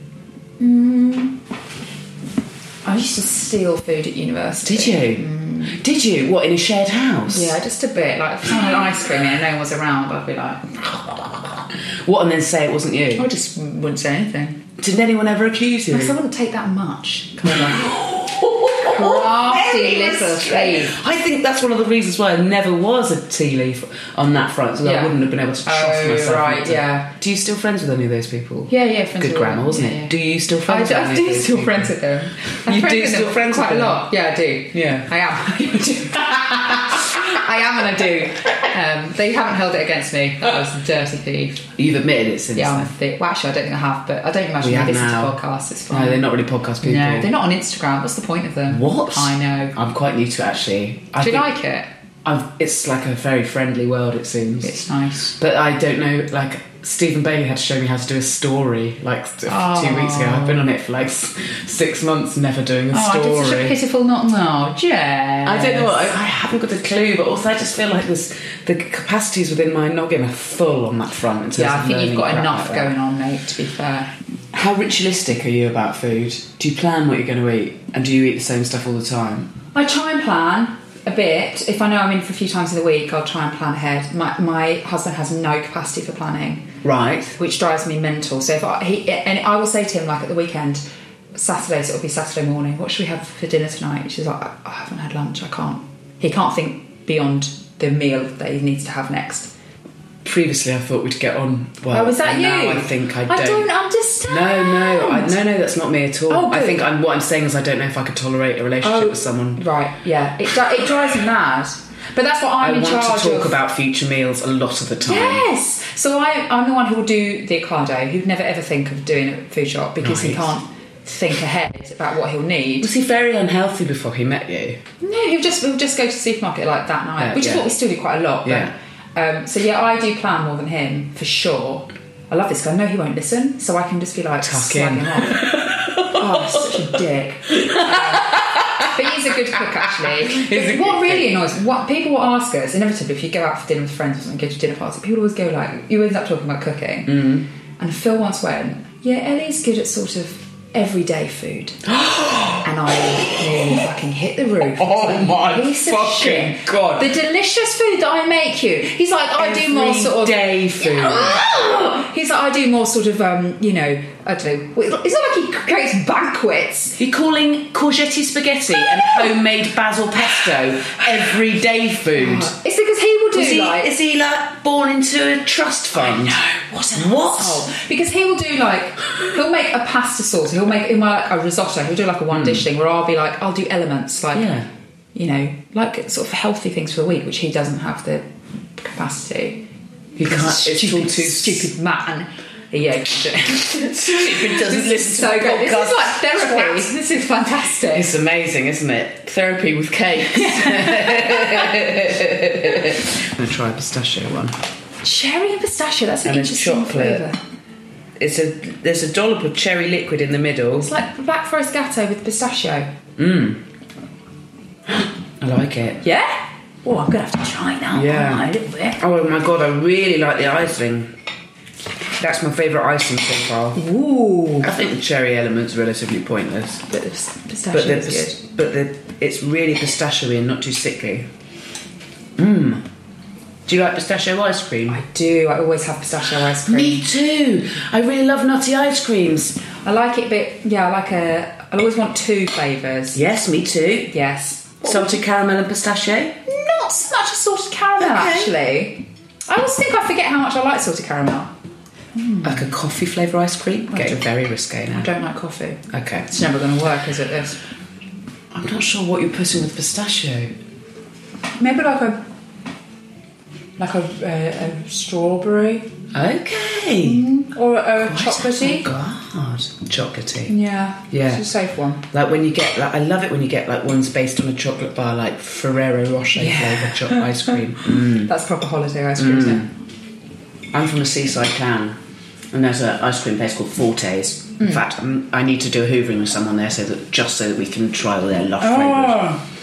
Speaker 2: I used to steal food at university.
Speaker 1: Did you? Did you? What, in a shared house?
Speaker 2: Mm. Yeah, just a bit. Like, if someone had ice cream and no one was around, I'd be like,
Speaker 1: What, and then say it wasn't you?
Speaker 2: I just wouldn't say anything.
Speaker 1: Didn't anyone ever accuse you?
Speaker 2: Because I wouldn't take that much. Kind of. crafty
Speaker 1: very
Speaker 2: little
Speaker 1: restrained.
Speaker 2: tree.
Speaker 1: I think that's one of the reasons why I never was a tea leaf on that front, because I
Speaker 2: Yeah.
Speaker 1: wouldn't have been able to trust
Speaker 2: Oh,
Speaker 1: myself.
Speaker 2: right,
Speaker 1: not to-
Speaker 2: yeah.
Speaker 1: Do you still friends with any of those people?
Speaker 2: Yeah, yeah, friends
Speaker 1: Good
Speaker 2: with
Speaker 1: grammar,
Speaker 2: them.
Speaker 1: wasn't it?
Speaker 2: Yeah, yeah.
Speaker 1: Do you still
Speaker 2: I
Speaker 1: friends
Speaker 2: do,
Speaker 1: with
Speaker 2: I
Speaker 1: any
Speaker 2: do
Speaker 1: of those
Speaker 2: still
Speaker 1: people?
Speaker 2: friends with them. I'm
Speaker 1: You do
Speaker 2: friends with
Speaker 1: still
Speaker 2: them
Speaker 1: friends
Speaker 2: quite
Speaker 1: with
Speaker 2: a
Speaker 1: them?
Speaker 2: lot. Yeah, I do.
Speaker 1: Yeah.
Speaker 2: I am. I do. I am and I do. Um, they haven't held it against me. that I was a dirty thief.
Speaker 1: You've admitted it since.
Speaker 2: Yeah, I'm a
Speaker 1: then.
Speaker 2: thief. Well, actually, I don't think I have, but I don't imagine
Speaker 1: We
Speaker 2: they
Speaker 1: have
Speaker 2: listen
Speaker 1: now.
Speaker 2: to podcasts. It's fine.
Speaker 1: No, they're not really podcast people.
Speaker 2: No, they're not on Instagram. What's the point of them?
Speaker 1: What?
Speaker 2: I know.
Speaker 1: I'm quite new to it, actually. I
Speaker 2: do you
Speaker 1: think
Speaker 2: like it?
Speaker 1: I've, it's like a very friendly world, it seems.
Speaker 2: It's nice.
Speaker 1: But I don't know, like, Stephen Bailey had to show me how to do a story like s- two weeks ago. I've been on it for like s- six months, never doing a
Speaker 2: Oh, I
Speaker 1: story.
Speaker 2: did such a pitiful not. No, Jess.
Speaker 1: I don't know. I, I haven't got a clue, but also I just feel like this, the capacities within my noggin are full on that front. In terms
Speaker 2: Yeah,
Speaker 1: of
Speaker 2: I think you've
Speaker 1: learning
Speaker 2: got
Speaker 1: crap
Speaker 2: enough
Speaker 1: like that.
Speaker 2: going on, mate. To be fair.
Speaker 1: How ritualistic are you about food? Do you plan what you're going to eat, and do you eat the same stuff all the time?
Speaker 2: I try and plan a bit. If I know I'm in for a few times of the week, I'll try and plan ahead. My, my husband has no capacity for planning,
Speaker 1: Right.
Speaker 2: which drives me mental. So if I he and I will say to him like at the weekend, Saturday, so it'll be Saturday morning. What should we have for dinner tonight? She's like, I I haven't had lunch. I can't. He can't think beyond the meal that he needs to have next.
Speaker 1: Previously, I thought we'd get on well.
Speaker 2: oh, was that
Speaker 1: and
Speaker 2: you?
Speaker 1: Now I think I don't.
Speaker 2: I don't understand.
Speaker 1: no, no, I, no, no. That's not me at all.
Speaker 2: Oh,
Speaker 1: I
Speaker 2: good. Oh,
Speaker 1: think I'm, what I'm saying is I don't know if I could tolerate a relationship with someone.
Speaker 2: Right, yeah. It, dri- it drives me mad. But that's what
Speaker 1: I
Speaker 2: I'm in
Speaker 1: want
Speaker 2: charge
Speaker 1: to talk
Speaker 2: of.
Speaker 1: about future meals a lot of the time.
Speaker 2: Yes. So I, I'm the one who will do the Ocado, who'd never ever think of doing a food shop because he
Speaker 1: Right.
Speaker 2: can't think ahead about what he'll need.
Speaker 1: Was he very unhealthy before he met you?
Speaker 2: No, he'll just he'll just go to the supermarket like that night,
Speaker 1: Yeah,
Speaker 2: which is
Speaker 1: yeah.
Speaker 2: what we still do quite a lot. but-
Speaker 1: Yeah.
Speaker 2: um, so yeah, I do plan more than him for sure. I love this guy. I know he won't listen, so I can just be like,
Speaker 1: Tuck
Speaker 2: slag
Speaker 1: in.
Speaker 2: him off. oh, such a dick. But he's a good cook, actually.
Speaker 1: He's a
Speaker 2: what
Speaker 1: good
Speaker 2: really annoys what people will ask us inevitably if you go out for dinner with friends or something, go to a dinner party. People always go like, you end up talking about cooking. Mm. And Phil once went, yeah, Ellie's good at sort of everyday food. and I nearly fucking hit the roof.
Speaker 1: Oh
Speaker 2: It's like,
Speaker 1: my
Speaker 2: piece of
Speaker 1: fucking
Speaker 2: shit.
Speaker 1: God.
Speaker 2: The delicious food that I make you. He's like,
Speaker 1: Oh,
Speaker 2: I do more sort of
Speaker 1: Everyday food.
Speaker 2: He's like, I do more sort of, um, you know, I don't know. It's not like he creates banquets.
Speaker 1: You're calling courgette spaghetti and homemade basil pesto everyday food.
Speaker 2: It's because he will do
Speaker 1: Is he,
Speaker 2: like
Speaker 1: is he Oh, like born into a trust fund? No, what? What?
Speaker 2: oh, because he will do like he'll make a pasta sauce. He'll make he'll make a risotto. He'll do like a one dish thing where I'll be like, I'll do elements like
Speaker 1: Hmm. Yeah.
Speaker 2: you know, like sort of healthy things for the week, which he doesn't have the capacity.
Speaker 1: He can't. It's all
Speaker 2: stupid,
Speaker 1: too
Speaker 2: stupid man. Yeah.
Speaker 1: Stupid doesn't
Speaker 2: This
Speaker 1: listen
Speaker 2: is
Speaker 1: to
Speaker 2: so good. This is
Speaker 1: podcasts.
Speaker 2: like therapy.
Speaker 1: Twat.
Speaker 2: This is fantastic.
Speaker 1: It's amazing, isn't it? Therapy with cakes. I'm gonna try a pistachio one.
Speaker 2: Cherry and pistachio. That's an
Speaker 1: And then
Speaker 2: interesting
Speaker 1: chocolate.
Speaker 2: flavour.
Speaker 1: It's a there's a dollop of cherry liquid in the middle.
Speaker 2: It's like black forest gatto with pistachio.
Speaker 1: I like it.
Speaker 2: Yeah. Oh, I'm gonna have to try now.
Speaker 1: Yeah.
Speaker 2: aren't I, a little bit.
Speaker 1: Oh my god, I really like the icing. That's my favourite icing so far.
Speaker 2: Ooh.
Speaker 1: I think the cherry element's relatively pointless,
Speaker 2: But the pis- pistachio
Speaker 1: but the
Speaker 2: is good.
Speaker 1: pis- but the it's really pistachio and not too sickly. Mmm. Do you like pistachio ice cream?
Speaker 2: I do. I always have pistachio ice cream.
Speaker 1: Me too. I really love nutty ice creams.
Speaker 2: I like it, but yeah, I like a. I always want two flavours.
Speaker 1: Yes, me too.
Speaker 2: Yes.
Speaker 1: Salted caramel and pistachio.
Speaker 2: Not so much a salted caramel, actually. I always think I forget how much I like salted caramel.
Speaker 1: Like a coffee flavour ice cream. Getting very risque
Speaker 2: I
Speaker 1: now.
Speaker 2: don't like coffee.
Speaker 1: Okay.
Speaker 2: It's never going to work, is it? This.
Speaker 1: I'm not sure what you're putting with pistachio.
Speaker 2: Maybe like a. Like a, a, a strawberry
Speaker 1: Okay.
Speaker 2: or a
Speaker 1: Right.
Speaker 2: chocolatey.
Speaker 1: Oh God, chocolatey.
Speaker 2: Yeah.
Speaker 1: Yeah.
Speaker 2: It's a safe one.
Speaker 1: Like when you get, like I love it when you get like ones based on a chocolate bar, like Ferrero Rocher flavour chocolate ice cream.
Speaker 2: That's proper holiday ice cream, isn't it?
Speaker 1: I'm from a seaside town, and there's an ice cream place called Fortes. In fact, i I need to do a hoovering with someone there so that just so that we can try all their love flavours.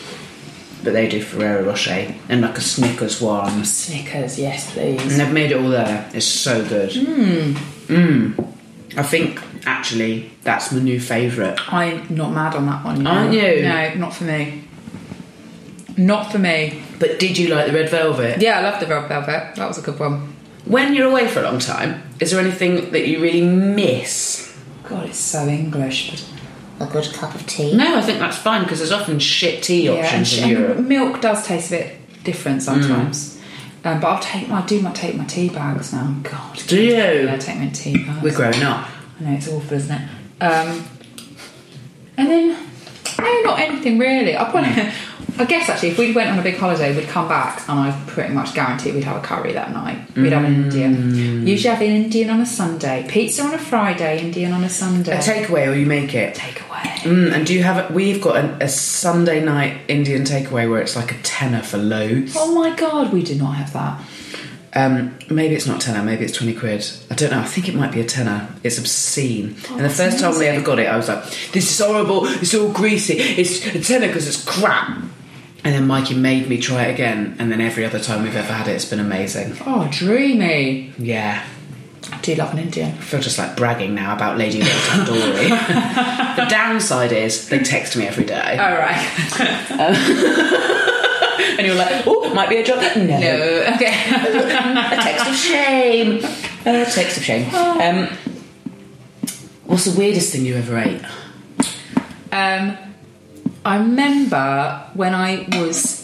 Speaker 1: But they do Ferrero Rocher and like a Snickers one.
Speaker 2: Snickers, yes, please.
Speaker 1: And they've made it all there. It's so good. Mmm. Mmm. I think actually that's my new favourite.
Speaker 2: I'm not mad on that one. know.
Speaker 1: Aren't you?
Speaker 2: No, not for me. Not for me.
Speaker 1: But did you like the red velvet?
Speaker 2: Yeah, I love the red velvet. That was a good one.
Speaker 1: When you're away for a long time, is there anything that you really miss?
Speaker 2: God, it's so English, but
Speaker 5: a good cup of tea.
Speaker 1: No, I think that's fine because there's often shit tea
Speaker 2: and
Speaker 1: options
Speaker 2: sh-
Speaker 1: in
Speaker 2: and
Speaker 1: Europe. Mm.
Speaker 2: Milk does taste a bit different sometimes. Um, but I'll take my, I do not take my tea bags now. God.
Speaker 1: Do you?
Speaker 2: Yeah, I take my tea bags.
Speaker 1: We're grown up.
Speaker 2: I know it's awful, isn't it? Um, and then, no, not anything really. I probably, I guess actually, if we went on a big holiday, we'd come back, and I pretty much guarantee we'd have a curry that night. We'd have an Indian. Usually, have an Indian on a Sunday, pizza on a Friday, Indian on a Sunday.
Speaker 1: A takeaway or you make it.
Speaker 2: takeaway.
Speaker 1: Mm, and do you have? A, we've got an, a Sunday night Indian takeaway where it's like a tenner for loads.
Speaker 2: Oh my god, we do not have that.
Speaker 1: Um, maybe it's not tenner, maybe it's 20 quid. I don't know, I think it might be a tenner. It's obscene. and the
Speaker 2: Oh, that's
Speaker 1: first time we
Speaker 2: amazing.
Speaker 1: ever got it, I was like, this is horrible, it's all greasy, it's a tenner because it's crap. And then Mikey made me try it again, and then every other time we've ever had it, it's been amazing.
Speaker 2: Oh, dreamy.
Speaker 1: Yeah.
Speaker 2: I do love an Indian.
Speaker 1: I feel just like bragging now about Lady Little Tandoori. the downside is they text me every day.
Speaker 2: All right.
Speaker 1: And you're like, oh, might be a job. No.
Speaker 2: Uh, no. Okay.
Speaker 1: a text of shame. A Uh, text of shame.
Speaker 2: Oh.
Speaker 1: Um, what's the weirdest thing you ever ate?
Speaker 2: Um, I remember when I was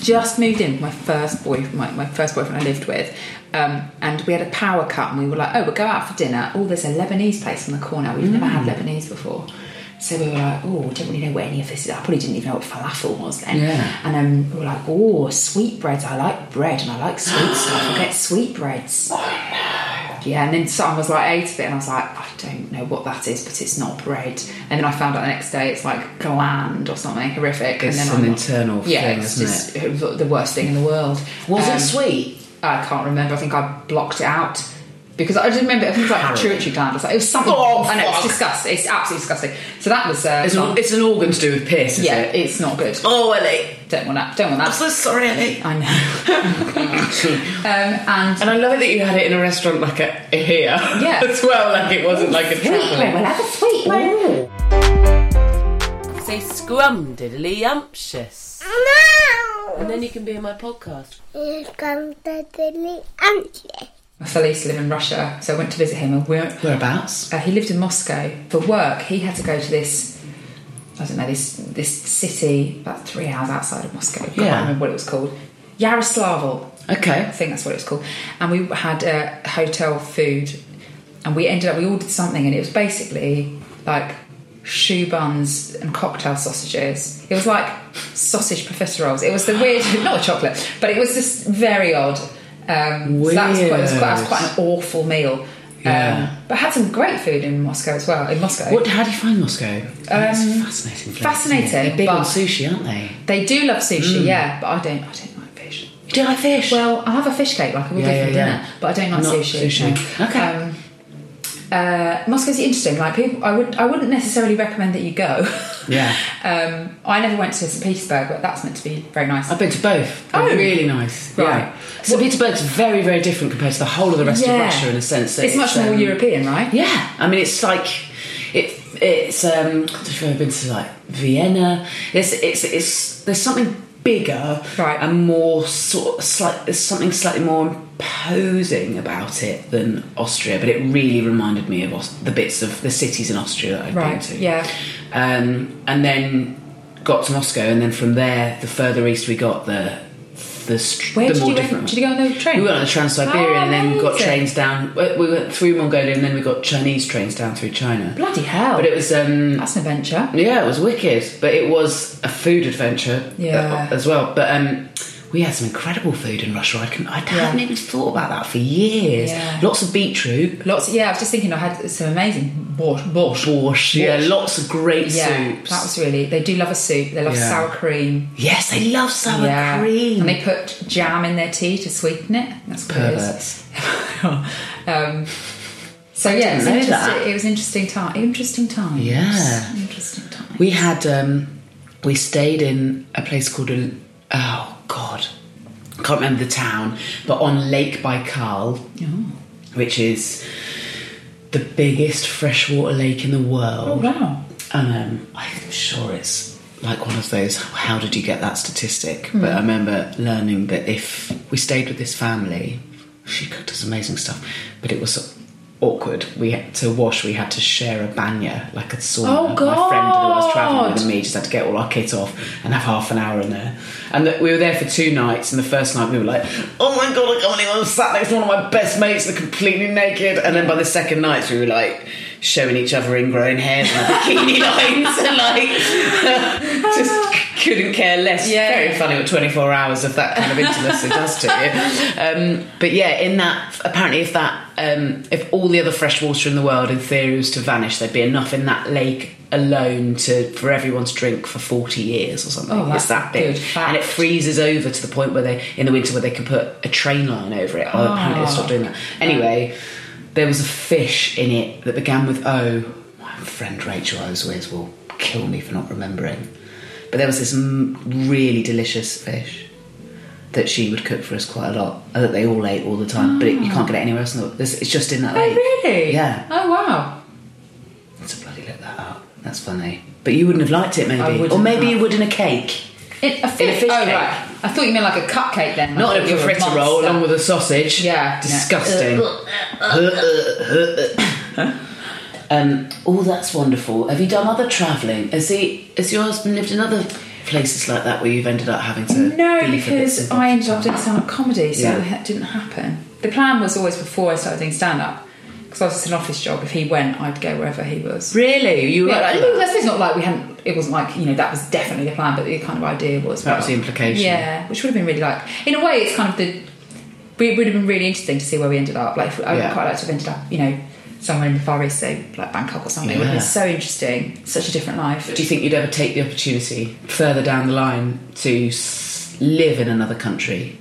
Speaker 2: just moved in, with my first boy, my, my first boyfriend I lived with, um, and we had a power cut, and we were like, "Oh, we'll go out for dinner." Oh, there's a Lebanese place on the corner. We've never had Lebanese before, so we were like, "Oh, I don't really know what any of this is." I probably didn't even know what falafel was then.
Speaker 1: Yeah.
Speaker 2: And then we were like, "Oh, sweetbreads. I like bread, and I like sweet stuff. I'll get sweetbreads." Yeah, and then someone was like, ate a bit, and I was like, I don't know what that is, but it's not bread. And then I found out the next day it's like gland or something horrific.
Speaker 1: It's
Speaker 2: and then
Speaker 1: an
Speaker 2: I'm-
Speaker 1: internal
Speaker 2: yeah,
Speaker 1: thing,
Speaker 2: it's
Speaker 1: isn't
Speaker 2: just, it? was the worst thing in the world.
Speaker 1: Was
Speaker 2: Um,
Speaker 1: it sweet?
Speaker 2: I can't remember. I think I blocked it out because I just remember it was like pituitary gland or something. It was something.
Speaker 1: Oh,
Speaker 2: I know,
Speaker 1: fuck.
Speaker 2: it's disgusting. It's absolutely disgusting. So that was. Uh,
Speaker 1: It's an,
Speaker 2: not-
Speaker 1: it's an organ to do with piss, is
Speaker 2: yeah,
Speaker 1: it?
Speaker 2: it's not good.
Speaker 1: Oh, Ellie.
Speaker 2: Don't want that. Don't want
Speaker 1: I'm
Speaker 2: that.
Speaker 1: so sorry, Ellie.
Speaker 2: I know. um, and
Speaker 1: And I love it that you had it in a restaurant like a, here
Speaker 2: Yeah.
Speaker 1: as well, like it wasn't like a travelling.
Speaker 5: Have a sweet one.
Speaker 6: Say scrum diddly umptious. And then you can be in my podcast.
Speaker 2: my fella used to live in Russia, so I went to visit him, and we're
Speaker 1: Whereabouts?
Speaker 2: Uh, he lived in Moscow for work. He had to go to this, I don't know, this this city about three hours outside of Moscow. I can't
Speaker 1: Yeah.
Speaker 2: remember what it was called. Yaroslavl. I
Speaker 1: Okay.
Speaker 2: think that's what it was called. And we had uh, hotel food, and we ended up we ordered something, and it was basically like shoe buns and cocktail sausages. It was like sausage profiteroles. It was the weird, not the chocolate, but it was just very odd. Um, so that was quite, it was quite, that was quite an awful meal.
Speaker 1: Yeah.
Speaker 2: Um, but I had some great food in Moscow as well. In Moscow,
Speaker 1: What, how do you find Moscow? That's a fascinating. Place,
Speaker 2: Um, fascinating,
Speaker 1: isn't it? They're big
Speaker 2: but-
Speaker 1: on sushi, aren't they?
Speaker 2: they do love sushi, yeah. But I don't, I don't like fish.
Speaker 1: Mm. You don't like fish?
Speaker 2: Well, I have a fish cake, like I would
Speaker 1: Yeah,
Speaker 2: do for
Speaker 1: yeah,
Speaker 2: dinner,
Speaker 1: yeah.
Speaker 2: but I don't like
Speaker 1: Not
Speaker 2: sushi. um,
Speaker 1: sushi. Okay.
Speaker 2: uh, Moscow's interesting. Like people, I would, I wouldn't necessarily recommend that you go.
Speaker 1: Yeah.
Speaker 2: um, I never went to St Petersburg, but that's meant to be very nice.
Speaker 1: I've been to both. They're
Speaker 2: Oh.
Speaker 1: really nice.
Speaker 2: Right.
Speaker 1: Yeah. St. Petersburg's very, very different compared to the whole of the rest of Russia in a sense. that
Speaker 2: it's, much more
Speaker 1: um,
Speaker 2: European, right?
Speaker 1: Yeah. I mean, it's like it. It's um. I don't know if I've been to like Vienna. It's it's it's there's something bigger
Speaker 2: Right.
Speaker 1: and more sort of slight. There's something slightly more imposing about it than Austria. But it really reminded me of Aus- the bits of the cities in Austria that I've
Speaker 2: Right,
Speaker 1: been to.
Speaker 2: yeah.
Speaker 1: Um, and then got to Moscow, and then from there, the further east we got, the the, str-
Speaker 2: Where
Speaker 1: the
Speaker 2: did
Speaker 1: more
Speaker 2: you
Speaker 1: different.
Speaker 2: went, Did you go on the train?
Speaker 1: We went on the Trans Siberian,
Speaker 2: Oh,
Speaker 1: and then we got
Speaker 2: amazing.
Speaker 1: trains down. We we went through Mongolia, and then we got Chinese trains down through China.
Speaker 2: Bloody hell!
Speaker 1: But it was, um,
Speaker 2: that's an adventure.
Speaker 1: yeah, it was wicked. But it was a food adventure,
Speaker 2: Yeah.
Speaker 1: uh, as well. But um, we had some incredible food in Russia. I can, I hadn't even thought about that for years.
Speaker 2: Yeah.
Speaker 1: Lots of beetroot.
Speaker 2: Lots. Yeah, I was just thinking. I had some amazing borscht. Borscht.
Speaker 1: Borscht, yeah, lots of great
Speaker 2: Yeah,
Speaker 1: soups.
Speaker 2: that was really. They do love a soup. They love
Speaker 1: Yeah.
Speaker 2: sour cream.
Speaker 1: yes, they love sour cream.
Speaker 2: And they put jam in their tea to sweeten it. That's what it is. um, so yeah, it was,
Speaker 1: know
Speaker 2: interesting-
Speaker 1: that.
Speaker 2: it was interesting time. Interesting time.
Speaker 1: Yeah.
Speaker 2: Interesting time.
Speaker 1: We had um, we stayed in a place called a, oh god, I can't remember the town, but on Lake Baikal, which is the biggest freshwater lake in the world.
Speaker 2: Oh wow.
Speaker 1: And um, I'm sure it's like one of those, how did you get that statistic? But I remember learning that if we stayed with this family, she cooked us amazing stuff, but it was awkward. We had to wash. We had to share a banya, like a sauna.
Speaker 2: Oh,
Speaker 1: My friend who I was traveling with
Speaker 2: God.
Speaker 1: and me just had to get all our kit off and have half an hour in there. And th- we were there for two nights. And the first night we were like, "Oh my god, I can't believe I'm sat next to one of my best mates, they're completely naked." And then by the second night, we were like showing each other ingrown hairs and bikini lines and like just c- couldn't care less.
Speaker 2: Yeah.
Speaker 1: Very funny with 24 hours of that kind of intimacy does to you. Um, but yeah, in that, apparently, if that, um, if all the other fresh water in the world in theory was to vanish, there'd be enough in that lake alone to for everyone to drink for 40 years or something.
Speaker 2: Oh, that's
Speaker 1: it's that
Speaker 2: a
Speaker 1: big.
Speaker 2: good
Speaker 1: And it freezes over to the point where they, in the winter, where they can put a train line over it. Oh, apparently, they stopped doing that.
Speaker 2: Ah.
Speaker 1: Anyway, there was a fish in it that began with O. My friend Rachel, I was with, will kill me for not remembering. But there was this m- really delicious fish that she would cook for us quite a lot, and that they all ate all the time. But it, you can't get it anywhere else. In the, this, it's just in that lake.
Speaker 2: Ah. Oh, Really?
Speaker 1: Yeah.
Speaker 2: Oh wow.
Speaker 1: Let's bloody look that up. That's funny. But you wouldn't have liked it,
Speaker 2: I
Speaker 1: maybe,
Speaker 2: wouldn't
Speaker 1: or maybe
Speaker 2: have.
Speaker 1: you would in a cake.
Speaker 2: In a fish.
Speaker 1: fish
Speaker 2: oh
Speaker 1: cake.
Speaker 2: right. I thought you meant like a cupcake then. I
Speaker 1: Not in
Speaker 2: thought
Speaker 1: a
Speaker 2: you were
Speaker 1: fritter roll
Speaker 2: monster.
Speaker 1: along with a sausage.
Speaker 2: Yeah.
Speaker 1: Disgusting. um, oh, that's wonderful. Have you done other travelling? Has he? Has your husband lived in other places like that where you've ended up having to?
Speaker 2: No,
Speaker 1: leave for bits
Speaker 2: because
Speaker 1: and
Speaker 2: I
Speaker 1: bobs?
Speaker 2: ended up doing stand up comedy, so
Speaker 1: Yeah.
Speaker 2: that didn't happen. The plan was always before I started doing stand up, because I was just an office job. If he went, I'd go wherever he was.
Speaker 1: Really, you were
Speaker 2: Yeah,
Speaker 1: like
Speaker 2: I
Speaker 1: that?
Speaker 2: mean, that's it's not like we hadn't. It wasn't like you know that was definitely the plan, but the kind of idea was
Speaker 1: That was the implication.
Speaker 2: Yeah, which would have been really like in a way, it's kind of the. we- It would have been really interesting to see where we ended up. Like I would
Speaker 1: Yeah.
Speaker 2: quite like to have ended up, you know, somewhere in the Far East, so like Bangkok or something. It would have
Speaker 1: Yeah.
Speaker 2: been so interesting, such a different life.
Speaker 1: Do you think you'd ever take the opportunity further down the line to s- live in another country?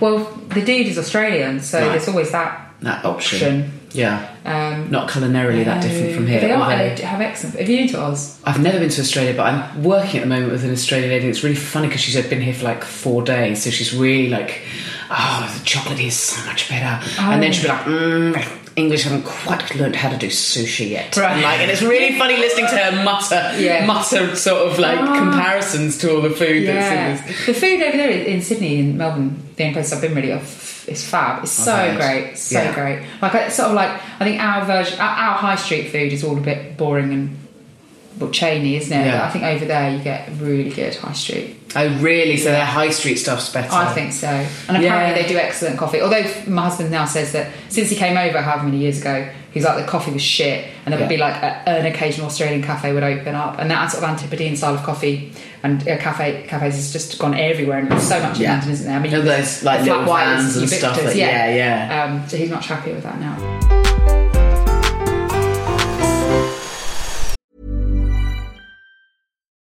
Speaker 2: Well, the dude is Australian, so
Speaker 1: Right.
Speaker 2: there's always that.
Speaker 1: That option.
Speaker 2: Option.
Speaker 1: Yeah.
Speaker 2: Um,
Speaker 1: Not culinarily that different from here.
Speaker 2: They are.
Speaker 1: although-
Speaker 2: They have excellent. Have you been to Oz?
Speaker 1: I've never been to Australia, but I'm working at the moment with an Australian lady. It's really funny because she's been here for like four days, so she's really like, "Oh, the chocolate is so much better," and then she'll be like, mm, "English haven't quite learned how to do sushi yet."
Speaker 2: Right.
Speaker 1: And, like, and it's really funny listening to her mutter,
Speaker 2: Yeah. Ah.
Speaker 1: mutter sort of like comparisons to all the food that's in this.
Speaker 2: The food over there in in Sydney and Melbourne, the only place I've been really, of is fab. It's so
Speaker 1: I've heard.
Speaker 2: great, so
Speaker 1: Yeah.
Speaker 2: great. Like I- sort of like I think our version, our, our high street food is all a bit boring and well, chainy, isn't it?
Speaker 1: Yeah.
Speaker 2: But I think over there you get really good high street.
Speaker 1: Oh, really? So their high street stuff's better.
Speaker 2: I think so. And apparently
Speaker 1: Yeah.
Speaker 2: they do excellent coffee. Although my husband now says that since he came over however many years ago, he's like the coffee was shit, and there would
Speaker 1: Yeah.
Speaker 2: be like a, an occasional Australian cafe would open up, and that sort of antipodean style of coffee and uh, cafe cafes has just gone everywhere, and there's so much in
Speaker 1: Yeah.
Speaker 2: London, isn't there? I mean,
Speaker 1: And there's, like,
Speaker 2: the flat
Speaker 1: little
Speaker 2: white
Speaker 1: vans
Speaker 2: is
Speaker 1: and stuff
Speaker 2: ubiquitous,
Speaker 1: that-
Speaker 2: yeah,
Speaker 1: yeah, yeah.
Speaker 2: Um, so he's much happier with that now.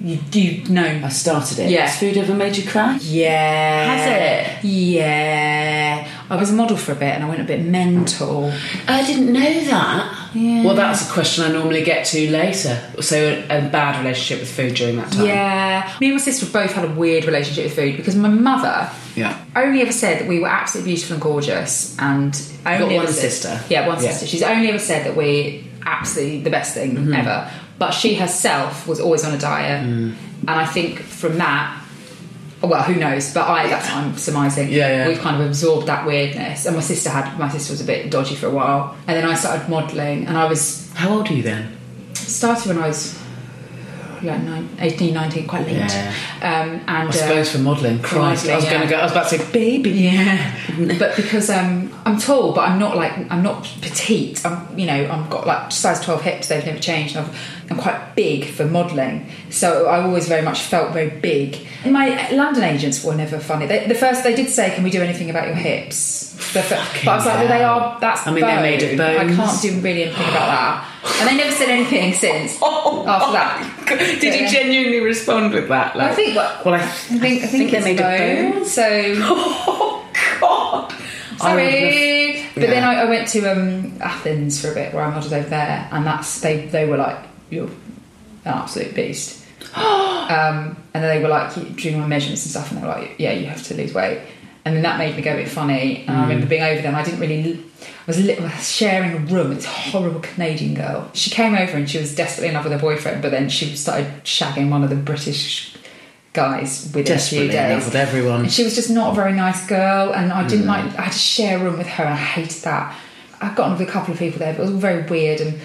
Speaker 2: You do know?
Speaker 1: I started it.
Speaker 2: Yeah.
Speaker 1: Has food ever made you cry?
Speaker 2: Yeah.
Speaker 1: Has
Speaker 2: it? Yeah. I was a model for a bit, and I went a bit mental.
Speaker 1: I didn't know that.
Speaker 2: Yeah.
Speaker 1: Well, that's a question I normally get to later. So, a, a bad relationship with food during that time.
Speaker 2: Yeah. Me and my sister both had a weird relationship with food because my mother
Speaker 1: Yeah.
Speaker 2: only ever said that we were absolutely beautiful and gorgeous and
Speaker 1: You've
Speaker 2: only
Speaker 1: got
Speaker 2: ever
Speaker 1: one
Speaker 2: said-
Speaker 1: sister.
Speaker 2: Yeah, one
Speaker 1: Yeah.
Speaker 2: sister. She's only ever said that we're absolutely the best thing
Speaker 1: Mhm.
Speaker 2: ever. But she herself was always on a diet.
Speaker 1: Mm.
Speaker 2: And I think from that, well, who knows? But I, that's what I'm surmising.
Speaker 1: yeah.
Speaker 2: We've kind of absorbed that weirdness. And my sister had, my sister was a bit dodgy for a while. And then I started modelling and I was.
Speaker 1: How old are you then?
Speaker 2: Started when I was. Yeah, nine, 18, 19, quite late.
Speaker 1: Yeah.
Speaker 2: Um, and
Speaker 1: I suppose for modelling, Christ, I was going to go. I was about to say, baby.
Speaker 2: Yeah, but because um, I'm tall, but I'm not like I'm not petite. I'm you know I've got like size 12 hips. They've never changed. I've, I'm quite big for modelling, so I always very much felt very big. And my London agents were never funny. They, the first they did say, "Can we do anything about your hips?" The fir- but I was like, "Well, they are. That's
Speaker 1: I mean, they made it
Speaker 2: bone. I
Speaker 1: bones.
Speaker 2: can't do really anything about that." And they never said anything since after that.
Speaker 1: Oh Did you genuinely respond with that?
Speaker 2: I think what-
Speaker 1: Well, I,
Speaker 2: I think I think,
Speaker 1: they
Speaker 2: it's
Speaker 1: made a
Speaker 2: bone.
Speaker 1: bone. Oh,
Speaker 2: So. Sorry,
Speaker 1: I would've-
Speaker 2: but then
Speaker 1: Yeah.
Speaker 2: I, I went to um, Athens for a bit where I modeled over there, and that's they they were like you're an absolute beast, um, and then they were like you- doing my measurements and stuff, and they were like yeah you have to lose weight, and then that made me go a bit funny, and I
Speaker 1: Mm.
Speaker 2: remember being over there, and I didn't really I was a little, sharing a room with this horrible Canadian girl. She came over and she was desperately in love with her boyfriend, but then she started shagging one of the British guys within a few
Speaker 1: Desperately in love
Speaker 2: days.
Speaker 1: with everyone.
Speaker 2: And she was just not a very nice girl, and I didn't
Speaker 1: Mm.
Speaker 2: like. I had to share a room with her, and I hated that. I got on with a couple of people there, but it was all very weird, and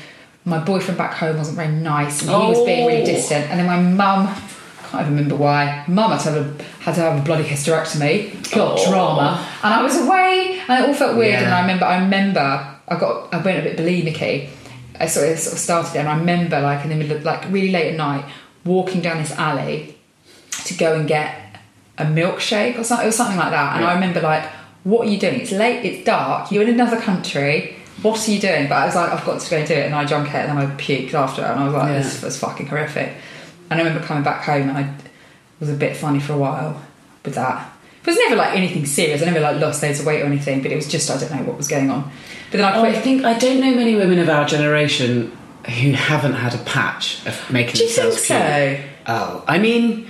Speaker 2: my boyfriend back home wasn't very nice, and he was being really
Speaker 1: Oh.
Speaker 2: distant. And then my mum, I can't even remember why, mum had to have a, had to have a bloody hysterectomy, got
Speaker 1: Oh.
Speaker 2: drama, and I was away, and it all felt weird. And
Speaker 1: Yeah.
Speaker 2: I remember, I remember, I got, I went a bit bulimicy. I sort of, sort of started there, and I remember, like in the middle, of, like really late at night, walking down this alley to go and get a milkshake or something. It was something like that. And I remember like, what are you doing? It's late, it's dark, you're in another country. What are you doing? But I was like, I've got to go and do it. And I drank it and then I puked after it. And I was like, this was fucking horrific. And I remember coming back home and I was a bit funny for a while with that. It was never like anything serious. I never like lost loads of weight or anything, but it was just, I don't know what was going on. But then I
Speaker 1: Oh,
Speaker 2: quit.
Speaker 1: I think I don't know many women of our generation who haven't had a patch of making
Speaker 2: Do you
Speaker 1: themselves
Speaker 2: think so?
Speaker 1: cute. Oh, I mean,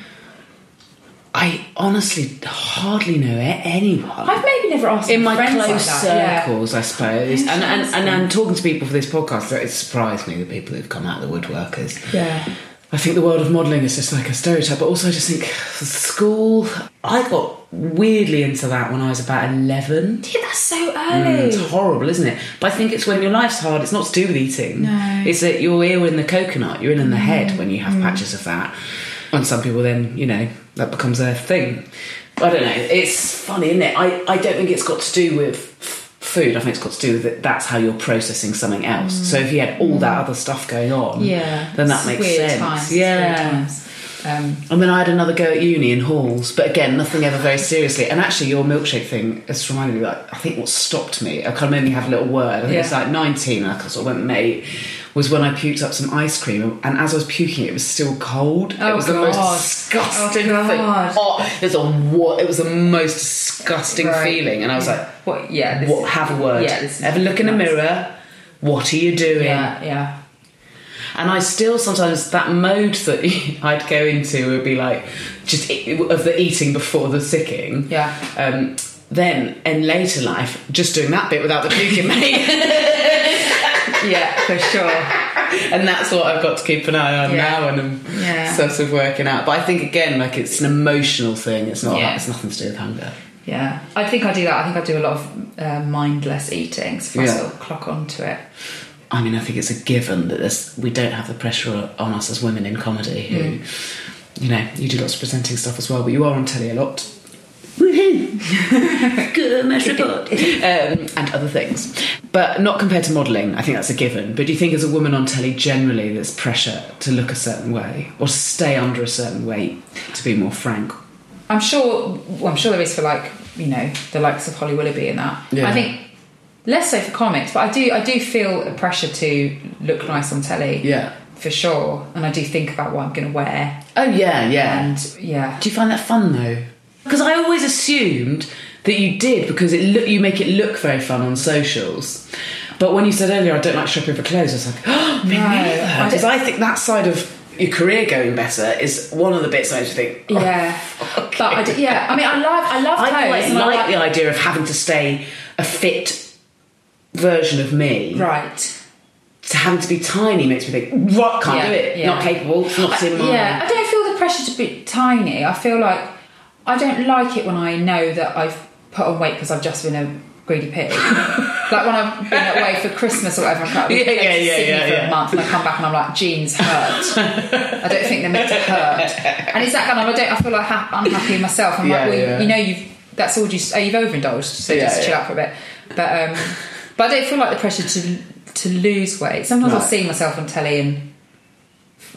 Speaker 1: I honestly hardly know a- anyone.
Speaker 2: I've maybe never asked
Speaker 1: in
Speaker 2: my
Speaker 1: my
Speaker 2: friends
Speaker 1: close
Speaker 2: like that, yeah.
Speaker 1: circles, I suppose, and and, and
Speaker 2: Interesting.
Speaker 1: and talking to people for this podcast, it surprised me the people who've come out of the woodworkers.
Speaker 2: Yeah.
Speaker 1: I think the world of modelling is just like a stereotype, but also I just think school. I got weirdly into that when I was about eleven.
Speaker 2: Yeah, that's so early.
Speaker 1: Mm, it's horrible, isn't it? But I think it's when your life's hard. It's not to do with eating.
Speaker 2: No.
Speaker 1: It's that you're ill in the coconut. You're ill in the head when you have
Speaker 2: Mm.
Speaker 1: patches of that. And some people then, you know, that becomes their thing. I don't know. It's funny, isn't it? I, I don't think it's got to do with f- food. I think it's got to do with it. That's how you're processing something else.
Speaker 2: Mm.
Speaker 1: So if you had all that other stuff going on,
Speaker 2: Yeah.
Speaker 1: then that
Speaker 2: It's
Speaker 1: makes
Speaker 2: weird
Speaker 1: sense.
Speaker 2: times, it's weird
Speaker 1: yeah.
Speaker 2: times. Um,
Speaker 1: And then I had another go at uni in halls, but again, nothing ever very seriously. And actually, your milkshake thing has reminded me, like, I think what stopped me, I kind of made me have a little word. I think it's
Speaker 2: Yeah.
Speaker 1: like 19, and I sort of went, mate, was when I puked up some ice cream, and as I was puking, it was still cold.
Speaker 2: Oh,
Speaker 1: it was the
Speaker 2: God.
Speaker 1: most disgusting
Speaker 2: Oh,
Speaker 1: thing.
Speaker 2: God.
Speaker 1: Oh, it, was a, wa- it was the most disgusting
Speaker 2: Right.
Speaker 1: feeling. And I was like,
Speaker 2: what? Yeah, this
Speaker 1: what,
Speaker 2: is-
Speaker 1: have a word.
Speaker 2: yeah, this is
Speaker 1: Have a look in the mirror. What are you doing?
Speaker 2: Yeah, yeah.
Speaker 1: And I still sometimes that mode that I'd go into would be like just e- of the eating before the sicking.
Speaker 2: Yeah.
Speaker 1: Um, then in later life, just doing that bit without the puking, mate.
Speaker 2: yeah, for sure.
Speaker 1: And that's what I've got to keep an eye on
Speaker 2: Yeah.
Speaker 1: now, and I'm
Speaker 2: Yeah.
Speaker 1: sort of working out. But I think again, like it's an emotional thing. It's not.
Speaker 2: Yeah.
Speaker 1: It's nothing to do with hunger.
Speaker 2: Yeah, I think I do that. I think I do a lot of uh, mindless eating. So if I
Speaker 1: Yeah.
Speaker 2: sort of clock onto it.
Speaker 1: I mean, I think it's a given that there's, we don't have the pressure on us as women in comedy who, you know, you do lots of presenting stuff as well, but you are on telly a lot. Woohoo! Good match report! um, and other things. But not compared to modelling, I think that's a given. But do you think as a woman on telly generally there's pressure to look a certain way or to stay under a certain weight, to be more frank?
Speaker 2: I'm sure. Well, I'm sure there is for like you know the likes of Holly Willoughby and that.
Speaker 1: Yeah.
Speaker 2: I think less so for comics, but I do. I do feel a pressure to look nice on telly.
Speaker 1: Yeah.
Speaker 2: for sure. And I do think about what I'm going to wear.
Speaker 1: Oh, yeah, yeah.
Speaker 2: And yeah,
Speaker 1: Do you find that fun though? Because I always assumed that you did because it look you make it look very fun on socials. But But when you said earlier, I don't like shopping for clothes, I was like, oh, me
Speaker 2: No,
Speaker 1: neither.
Speaker 2: I
Speaker 1: Because I think that side of your career going better is one of the bits I just think. oh,
Speaker 2: Yeah, but I d- yeah, I mean, I love I love
Speaker 1: I
Speaker 2: clothes.
Speaker 1: quite
Speaker 2: and I
Speaker 1: like the idea of having to stay a fit version of me.
Speaker 2: Right.
Speaker 1: To having to be tiny makes me think, what? Can't
Speaker 2: Yeah,
Speaker 1: do it.
Speaker 2: yeah.
Speaker 1: Not capable. It's not
Speaker 2: I-
Speaker 1: in my.
Speaker 2: Yeah, I don't feel the pressure to be tiny. I feel like I don't like it when I know that I've put on weight because I've just been a greedy pig. like when I've been away for Christmas or whatever, I can't
Speaker 1: Yeah, yeah,
Speaker 2: Sydney
Speaker 1: yeah, yeah,
Speaker 2: for
Speaker 1: yeah.
Speaker 2: a month and I come back and I'm like, jeans hurt. I don't think they're meant to hurt. And it's that kind of I don't. I feel like ha- unhappy in myself. I'm
Speaker 1: Yeah,
Speaker 2: like, well,
Speaker 1: yeah.
Speaker 2: you know, you've that's all. Just, oh, you've overindulged, so
Speaker 1: Yeah,
Speaker 2: just chill
Speaker 1: yeah.
Speaker 2: out for a bit. But um, but I don't feel like the pressure to to lose weight. Sometimes I'll
Speaker 1: Right.
Speaker 2: see myself on telly and.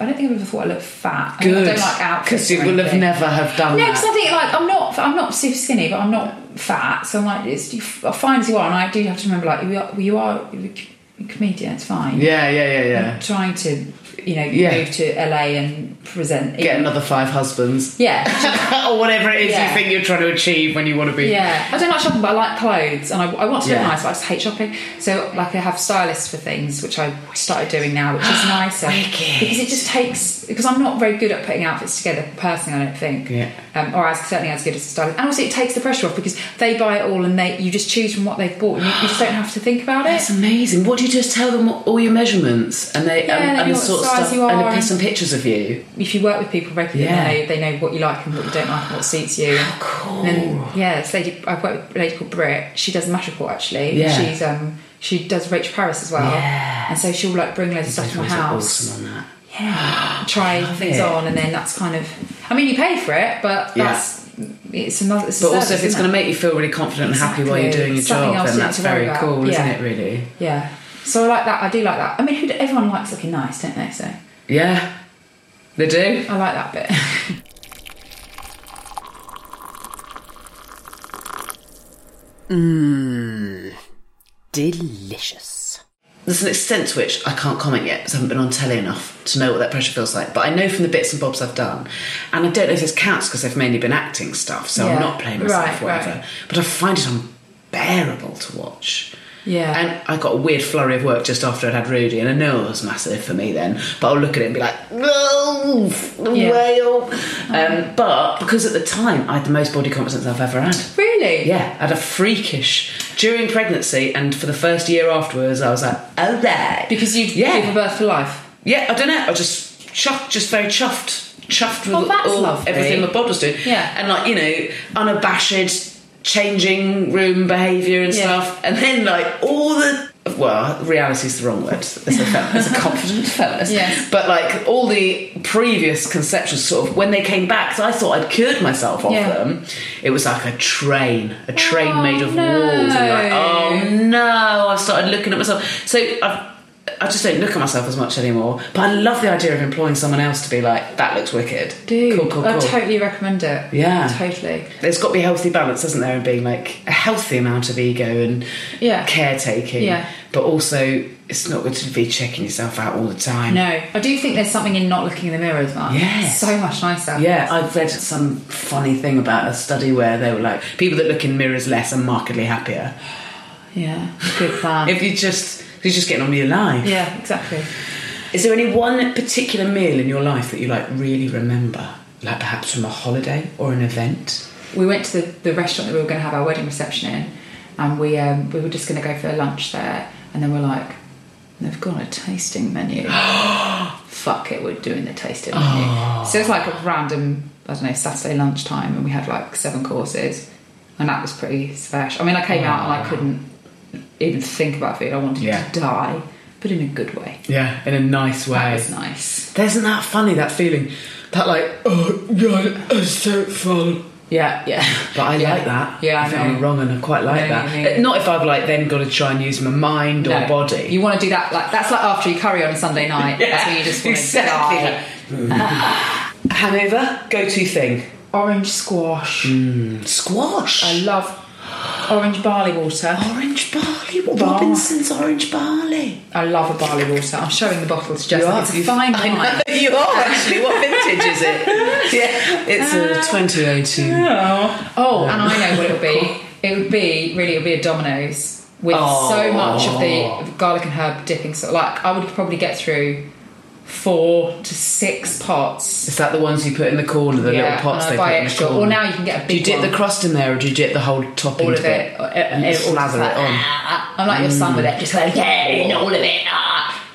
Speaker 2: I don't think I've ever thought I look fat. I mean,
Speaker 1: Good.
Speaker 2: I don't like outfits.
Speaker 1: Because you
Speaker 2: or
Speaker 1: will have
Speaker 2: anything.
Speaker 1: never have done
Speaker 2: No,
Speaker 1: that.
Speaker 2: because I think like I'm not I'm not super skinny, but I'm not fat. So I'm like, it's you, f- fine as you are, and I do have to remember like you are you are a c- comedian. It's fine.
Speaker 1: Yeah, yeah, yeah, yeah.
Speaker 2: I'm trying to you know
Speaker 1: Yeah.
Speaker 2: move to LA and present.
Speaker 1: Get another five husbands.
Speaker 2: Yeah,
Speaker 1: or whatever it is
Speaker 2: Yeah.
Speaker 1: you think you're trying to achieve when you want to be.
Speaker 2: Yeah, I don't like shopping, but I like clothes, and I, I want to look
Speaker 1: Yeah.
Speaker 2: nice, but I just hate shopping. So, like, I have stylists for things, which I started doing now, which is nicer because it just takes. Because I'm not very good at putting outfits together personally, I don't think,
Speaker 1: Yeah.
Speaker 2: um, or as certainly as good as a stylist. And also, it takes the pressure off because they buy it all, and they you just choose from what they've bought, and you, you just don't have to think about it.
Speaker 1: Oh, That's amazing. What do you just tell them all your measurements and they
Speaker 2: Yeah,
Speaker 1: and,
Speaker 2: they know
Speaker 1: and the
Speaker 2: what
Speaker 1: sort of
Speaker 2: size
Speaker 1: stuff
Speaker 2: you
Speaker 1: and
Speaker 2: are
Speaker 1: pic-
Speaker 2: and-
Speaker 1: some pictures of you?
Speaker 2: If you work with people regularly,
Speaker 1: Yeah.
Speaker 2: they, know, they know what you like and what you don't like and what suits you. How cool! And then, yeah, this lady I've worked with a lady called Britt. She does Madrigal actually.
Speaker 1: Yeah.
Speaker 2: She's um she does Rachel Paris as well. Yeah. And so she'll like bring loads of stuff to my
Speaker 1: Those are
Speaker 2: house.
Speaker 1: Awesome on that.
Speaker 2: Yeah. Try things
Speaker 1: it.
Speaker 2: on and then that's kind of I mean you pay for it, but
Speaker 1: Yeah.
Speaker 2: that's it's another it's a
Speaker 1: But also,
Speaker 2: service,
Speaker 1: if it's
Speaker 2: isn't
Speaker 1: going to
Speaker 2: it?
Speaker 1: make you feel really confident and happy while you're
Speaker 2: Exactly.
Speaker 1: doing your
Speaker 2: Something
Speaker 1: job,
Speaker 2: else
Speaker 1: then
Speaker 2: you
Speaker 1: that's
Speaker 2: need to worry
Speaker 1: very
Speaker 2: about.
Speaker 1: cool, isn't
Speaker 2: Yeah.
Speaker 1: it? Really?
Speaker 2: Yeah. So I like that. I do like that. I mean, who, everyone likes looking nice, don't they? So
Speaker 1: Yeah, they do.
Speaker 2: I like that bit.
Speaker 1: Mmm, delicious. There's an extent to which I can't comment yet because I haven't been on telly enough to know what that pressure feels like. But I know from the bits and bobs I've done, and I don't know if this counts because I've mainly been acting stuff, so
Speaker 2: Yeah.
Speaker 1: I'm not playing myself,
Speaker 2: Right,
Speaker 1: whatever.
Speaker 2: right.
Speaker 1: But I find it unbearable to watch.
Speaker 2: yeah.
Speaker 1: And I got a weird flurry of work just after I'd had Rudy, and I know it was massive for me then, but I'll look at it and be like, no,
Speaker 2: Yeah. Uh-huh.
Speaker 1: whale. Um, but because at the time I had the most body confidence I've ever had.
Speaker 2: really?
Speaker 1: Yeah, I had a freakish during pregnancy and for the first year afterwards. I was like, oh there,
Speaker 2: Because you
Speaker 1: Yeah.
Speaker 2: give birth to life.
Speaker 1: yeah, I don't know. I was just chuffed, just very chuffed, chuffed with
Speaker 2: Oh, that's
Speaker 1: all
Speaker 2: lovely.
Speaker 1: everything my bod was doing.
Speaker 2: Yeah.
Speaker 1: and like you know, unabashed, changing room behaviour and
Speaker 2: Yeah.
Speaker 1: stuff. And then like all the well, reality's the wrong word. As a, fel- as a confident feminist,
Speaker 2: Yes.
Speaker 1: But like all the previous conceptions, sort of when they came back, 'cause I thought I'd cured myself of
Speaker 2: Yeah.
Speaker 1: them. It was like a train, a train
Speaker 2: Oh,
Speaker 1: made of
Speaker 2: no.
Speaker 1: walls. And you're like, oh no, I've started looking at myself. So I've, I just don't look at myself as much anymore. But I love the idea of employing someone else to be like, that looks wicked.
Speaker 2: Dude,
Speaker 1: cool, cool,
Speaker 2: I
Speaker 1: cool.
Speaker 2: totally recommend it.
Speaker 1: Yeah.
Speaker 2: Totally.
Speaker 1: There's got to be a healthy balance, isn't there, in being like a healthy amount of ego and
Speaker 2: Yeah.
Speaker 1: caretaking.
Speaker 2: Yeah.
Speaker 1: But also, it's not good to be checking yourself out all the time.
Speaker 2: No, I do think there's something in not looking in the mirror as well.
Speaker 1: Yes.
Speaker 2: So much nicer.
Speaker 1: Yeah, I've read some funny thing about a study where they were like, people that look in mirrors less are markedly happier.
Speaker 2: Yeah. Good plan.
Speaker 1: If you just, you're just getting on with your life.
Speaker 2: yeah, exactly.
Speaker 1: Is there any one particular meal in your life that you like really remember? Like perhaps from a holiday or an event?
Speaker 2: We went to the, the restaurant that we were going to have our wedding reception in, and we um, we were just going to go for lunch there, and then we're like, they've got a tasting menu. Fuck it, we're doing the tasting menu.
Speaker 1: Oh.
Speaker 2: So it's like a random, I don't know, Saturday lunchtime, and we had like seven courses, and that was pretty special. I mean, I came out and I couldn't even think about food. I wanted
Speaker 1: Yeah.
Speaker 2: to die, but in a good way.
Speaker 1: Yeah, in a nice way.
Speaker 2: That was nice.
Speaker 1: Isn't that funny, that feeling? That like, oh god, it's so full.
Speaker 2: Yeah, yeah.
Speaker 1: But I
Speaker 2: Yeah.
Speaker 1: like that.
Speaker 2: Yeah, I,
Speaker 1: I think
Speaker 2: know.
Speaker 1: I'm wrong and I quite like
Speaker 2: No,
Speaker 1: that.
Speaker 2: no, no.
Speaker 1: Not if I've like then got to try and use my mind
Speaker 2: No.
Speaker 1: or body.
Speaker 2: You want to do that like that's like after you curry on a Sunday night.
Speaker 1: Yeah,
Speaker 2: that's when you just want
Speaker 1: exactly.
Speaker 2: to die.
Speaker 1: Hangover, go-to thing.
Speaker 2: Orange squash.
Speaker 1: Mm. Squash.
Speaker 2: I love orange barley water.
Speaker 1: orange barley. What
Speaker 2: Bar.
Speaker 1: Robinson's orange barley.
Speaker 2: I love a barley water. I'm showing the bottle to Jess. It's a
Speaker 1: You've-
Speaker 2: fine
Speaker 1: I know,
Speaker 2: wine.
Speaker 1: You are actually. What vintage is it? Yeah, Uh, it's a 2018.
Speaker 2: Oh, and I know what it'll be. It would be really. It'll be a Domino's. with so
Speaker 1: Oh.
Speaker 2: much of the garlic and herb dipping. So, like, I would probably get through four to six pots.
Speaker 1: Is that the ones you put in the corner, the
Speaker 2: Yeah,
Speaker 1: little pots
Speaker 2: and I
Speaker 1: they
Speaker 2: buy
Speaker 1: put in the
Speaker 2: extra.
Speaker 1: corner?
Speaker 2: Or now you can get a
Speaker 1: Do you
Speaker 2: big
Speaker 1: dip
Speaker 2: one.
Speaker 1: the crust in there, or do you dip the whole topping?
Speaker 2: All of
Speaker 1: to
Speaker 2: it.
Speaker 1: and
Speaker 2: It- it- all
Speaker 1: slather
Speaker 2: just
Speaker 1: it
Speaker 2: like,
Speaker 1: on. Mm.
Speaker 2: "Ah," I'm like your son with it, just like, yeah, in all of it. Ah.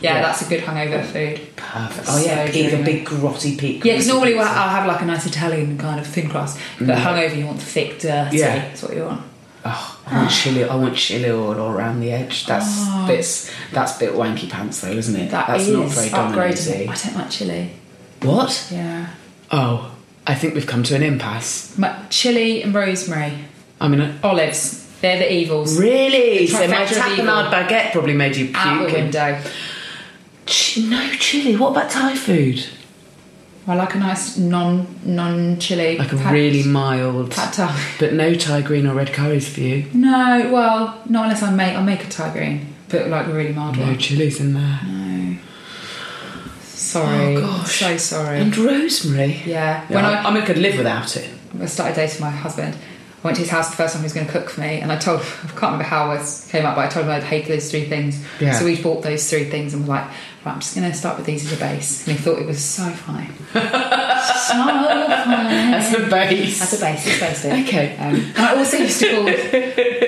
Speaker 2: Yeah,
Speaker 1: Yeah.
Speaker 2: that's a good hangover food.
Speaker 1: Perfect. Oh yeah,
Speaker 2: So
Speaker 1: pig, a
Speaker 2: dreamy.
Speaker 1: big grotty pig.
Speaker 2: Yeah, because normally I'll I'll have like a nice Italian kind of thin crust, but
Speaker 1: Mm.
Speaker 2: hungover you want thick, dirty.
Speaker 1: Yeah.
Speaker 2: That's what you want.
Speaker 1: I want chili. I want chili all around the edge. That's
Speaker 2: Oh.
Speaker 1: bits. That's a bit wanky pants though, isn't it?
Speaker 2: That
Speaker 1: that's not
Speaker 2: is
Speaker 1: very
Speaker 2: upgrading. I
Speaker 1: dominating.
Speaker 2: don't like chili.
Speaker 1: What?
Speaker 2: Yeah.
Speaker 1: Oh, I think we've come to an impasse.
Speaker 2: My, chili and rosemary.
Speaker 1: I mean, I-
Speaker 2: Olives. They're the evils.
Speaker 1: really?
Speaker 2: The
Speaker 1: So my
Speaker 2: trifecta of
Speaker 1: tapenade
Speaker 2: evil.
Speaker 1: baguette probably made you puke.
Speaker 2: Out the
Speaker 1: and-
Speaker 2: window.
Speaker 1: Ch- no chili. What about Thai food?
Speaker 2: I like a nice non non chili.
Speaker 1: Like a really mild.
Speaker 2: pad thai.
Speaker 1: But no Thai green or red curries for you.
Speaker 2: No, well, not unless I make I make a Thai green, but like a really mild
Speaker 1: No
Speaker 2: one.
Speaker 1: chilies in there.
Speaker 2: No. Sorry.
Speaker 1: Oh, gosh.
Speaker 2: So sorry.
Speaker 1: And rosemary.
Speaker 2: yeah.
Speaker 1: When I, I mean, I could live without it.
Speaker 2: I started dating my husband. I went to his house the first time he was going to cook for me, and I told I can't remember how this came up, but I told him I'd hate those three things.
Speaker 1: Yeah.
Speaker 2: So we bought those three things and was like, right, I'm just going to start with these as a base. And he thought it was so funny. so funny.
Speaker 1: As a base.
Speaker 2: As a base, it's basic.
Speaker 1: Okay.
Speaker 2: Um, and I also used to call,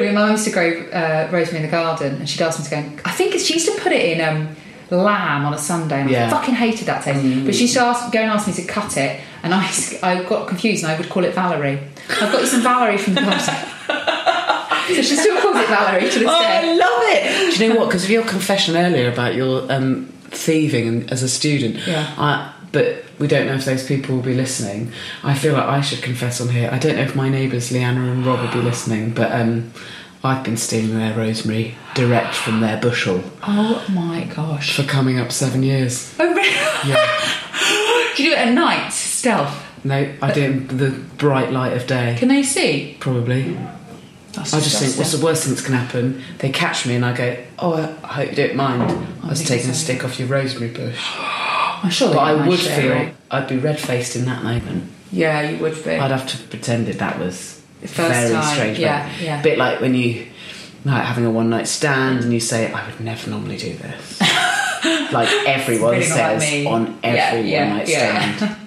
Speaker 2: we, mum used to grow uh, rosemary in the garden, and she'd ask me to go, I think it's, she used to put it in um, lamb on a Sunday, and
Speaker 1: Yeah. Mm.
Speaker 2: I fucking hated that taste. But she used to ask, go and ask me to cut it, and I, s- I got confused, and I would call it Valerie. I've got you some Valerie from the garden. so she still calls it Valerie to this
Speaker 1: Oh,
Speaker 2: day.
Speaker 1: I love it. Do you know what? Because of your confession earlier about your um, thieving and, as a student,
Speaker 2: Yeah.
Speaker 1: I, but we don't know if those people will be listening. I feel like I should confess on here. I don't know if my neighbours Leanna and Rob will be listening, but um, I've been stealing their rosemary direct from their bushel
Speaker 2: Oh my gosh.
Speaker 1: for coming up seven years.
Speaker 2: Oh, really?
Speaker 1: Yeah.
Speaker 2: Do you do it at night, stealth?
Speaker 1: No, I do it in the bright light of day.
Speaker 2: Can they see?
Speaker 1: Probably.
Speaker 2: That's
Speaker 1: I just think,
Speaker 2: disgusting.
Speaker 1: what's the worst thing that's going to happen? They catch me and I go, oh, I hope you don't mind. I was
Speaker 2: think
Speaker 1: taking a
Speaker 2: so.
Speaker 1: stick off your rosemary bush.
Speaker 2: Oh, I'm sure
Speaker 1: But
Speaker 2: they
Speaker 1: I
Speaker 2: don't
Speaker 1: would
Speaker 2: share
Speaker 1: feel
Speaker 2: it.
Speaker 1: I'd be red faced in that moment.
Speaker 2: Yeah, you would be.
Speaker 1: I'd have to pretend that that was
Speaker 2: The first
Speaker 1: very
Speaker 2: time,
Speaker 1: strange.
Speaker 2: yeah,
Speaker 1: moment.
Speaker 2: yeah.
Speaker 1: Bit like when you like having a one night stand and you say, I would never normally do this. like everyone
Speaker 2: Really not like
Speaker 1: says
Speaker 2: me.
Speaker 1: on every
Speaker 2: Yeah, yeah,
Speaker 1: one night
Speaker 2: yeah.
Speaker 1: stand.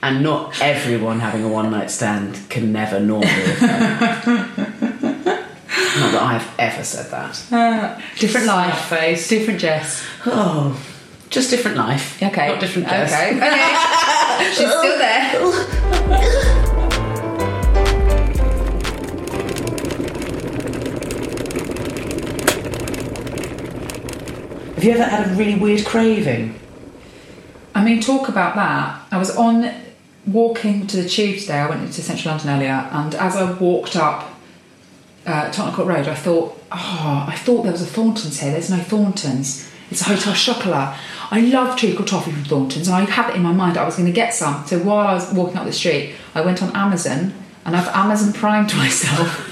Speaker 1: And not everyone having a one night stand can never normally. not that I've ever said that.
Speaker 2: Different life,
Speaker 1: face.
Speaker 2: different Jess.
Speaker 1: Oh, just different life.
Speaker 2: Okay.
Speaker 1: Not different
Speaker 2: Okay.
Speaker 1: guests.
Speaker 2: okay. She's still there.
Speaker 1: Have you ever had a really weird craving?
Speaker 2: I mean, talk about that. I was on walking to the tube today. I went into central London earlier, and as I walked up uh, Tottenham Court Road, I thought, oh, I thought there was a Thornton's here. There's no Thornton's. It's a hotel chocolat. I love treacle toffee from Thornton's, and I had it in my mind that I was going to get some. So while I was walking up the street, I went on Amazon, and I've Amazon primed myself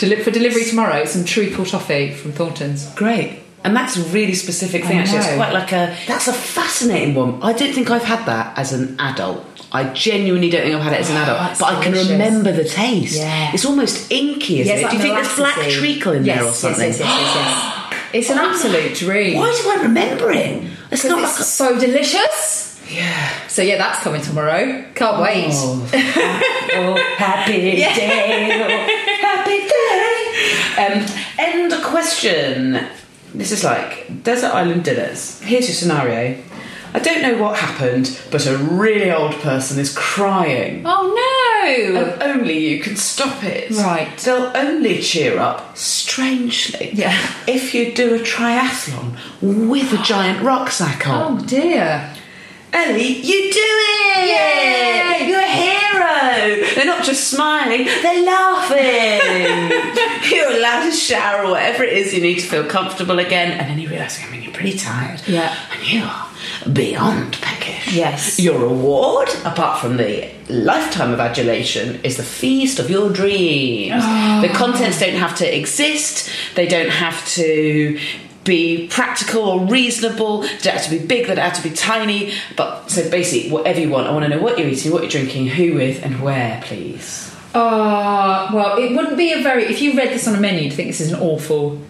Speaker 2: to look for delivery tomorrow. Some treacle toffee from Thornton's.
Speaker 1: Great. And that's a really specific
Speaker 2: I
Speaker 1: thing, actually. It's
Speaker 2: know.
Speaker 1: quite like a. That's a fascinating one. I don't think I've had that as an adult. I genuinely don't think I've had it as an adult,
Speaker 2: Oh, that's
Speaker 1: but I can
Speaker 2: delicious.
Speaker 1: remember the taste.
Speaker 2: Yeah.
Speaker 1: It's almost inky, isn't
Speaker 2: Yes,
Speaker 1: it?
Speaker 2: like
Speaker 1: Do you think there's black
Speaker 2: molassesy.
Speaker 1: treacle in
Speaker 2: Yes,
Speaker 1: there or
Speaker 2: yes,
Speaker 1: something?
Speaker 2: yes, yes, yes, yes. It's an absolute dream.
Speaker 1: Why do I remember it? It's not
Speaker 2: Because
Speaker 1: like.
Speaker 2: it's so delicious.
Speaker 1: a- yeah.
Speaker 2: So yeah, that's coming tomorrow. Can't wait.
Speaker 1: Oh, oh, happy day. oh, happy day. Um, end question. This is like Desert Island Dinners. Here's your scenario. I don't know what happened, but a really old person is crying.
Speaker 2: Oh no!
Speaker 1: And only you can stop it.
Speaker 2: Right.
Speaker 1: They'll only cheer up, strangely,
Speaker 2: Yeah.
Speaker 1: if you do a triathlon with a giant rucksack on.
Speaker 2: oh dear.
Speaker 1: Ellie, you do it!
Speaker 2: Yay!
Speaker 1: You're a hero! They're not just smiling, they're laughing! You're allowed to shower or whatever it is you need to feel comfortable again. And then you realise, I mean, you're pretty tired.
Speaker 2: Yeah.
Speaker 1: And you are beyond peckish.
Speaker 2: Yes.
Speaker 1: Your reward, apart from the lifetime of adulation, is the feast of your dreams.
Speaker 2: Oh.
Speaker 1: The contents don't have to exist, they don't have to be practical or reasonable, they don't have to be big, they don't have to be tiny. But so basically, whatever you want, I want to know what you're eating, what you're drinking, who with, and where, please.
Speaker 2: Ah, well, it wouldn't be a very. If you read this on a menu, you'd think this is an awful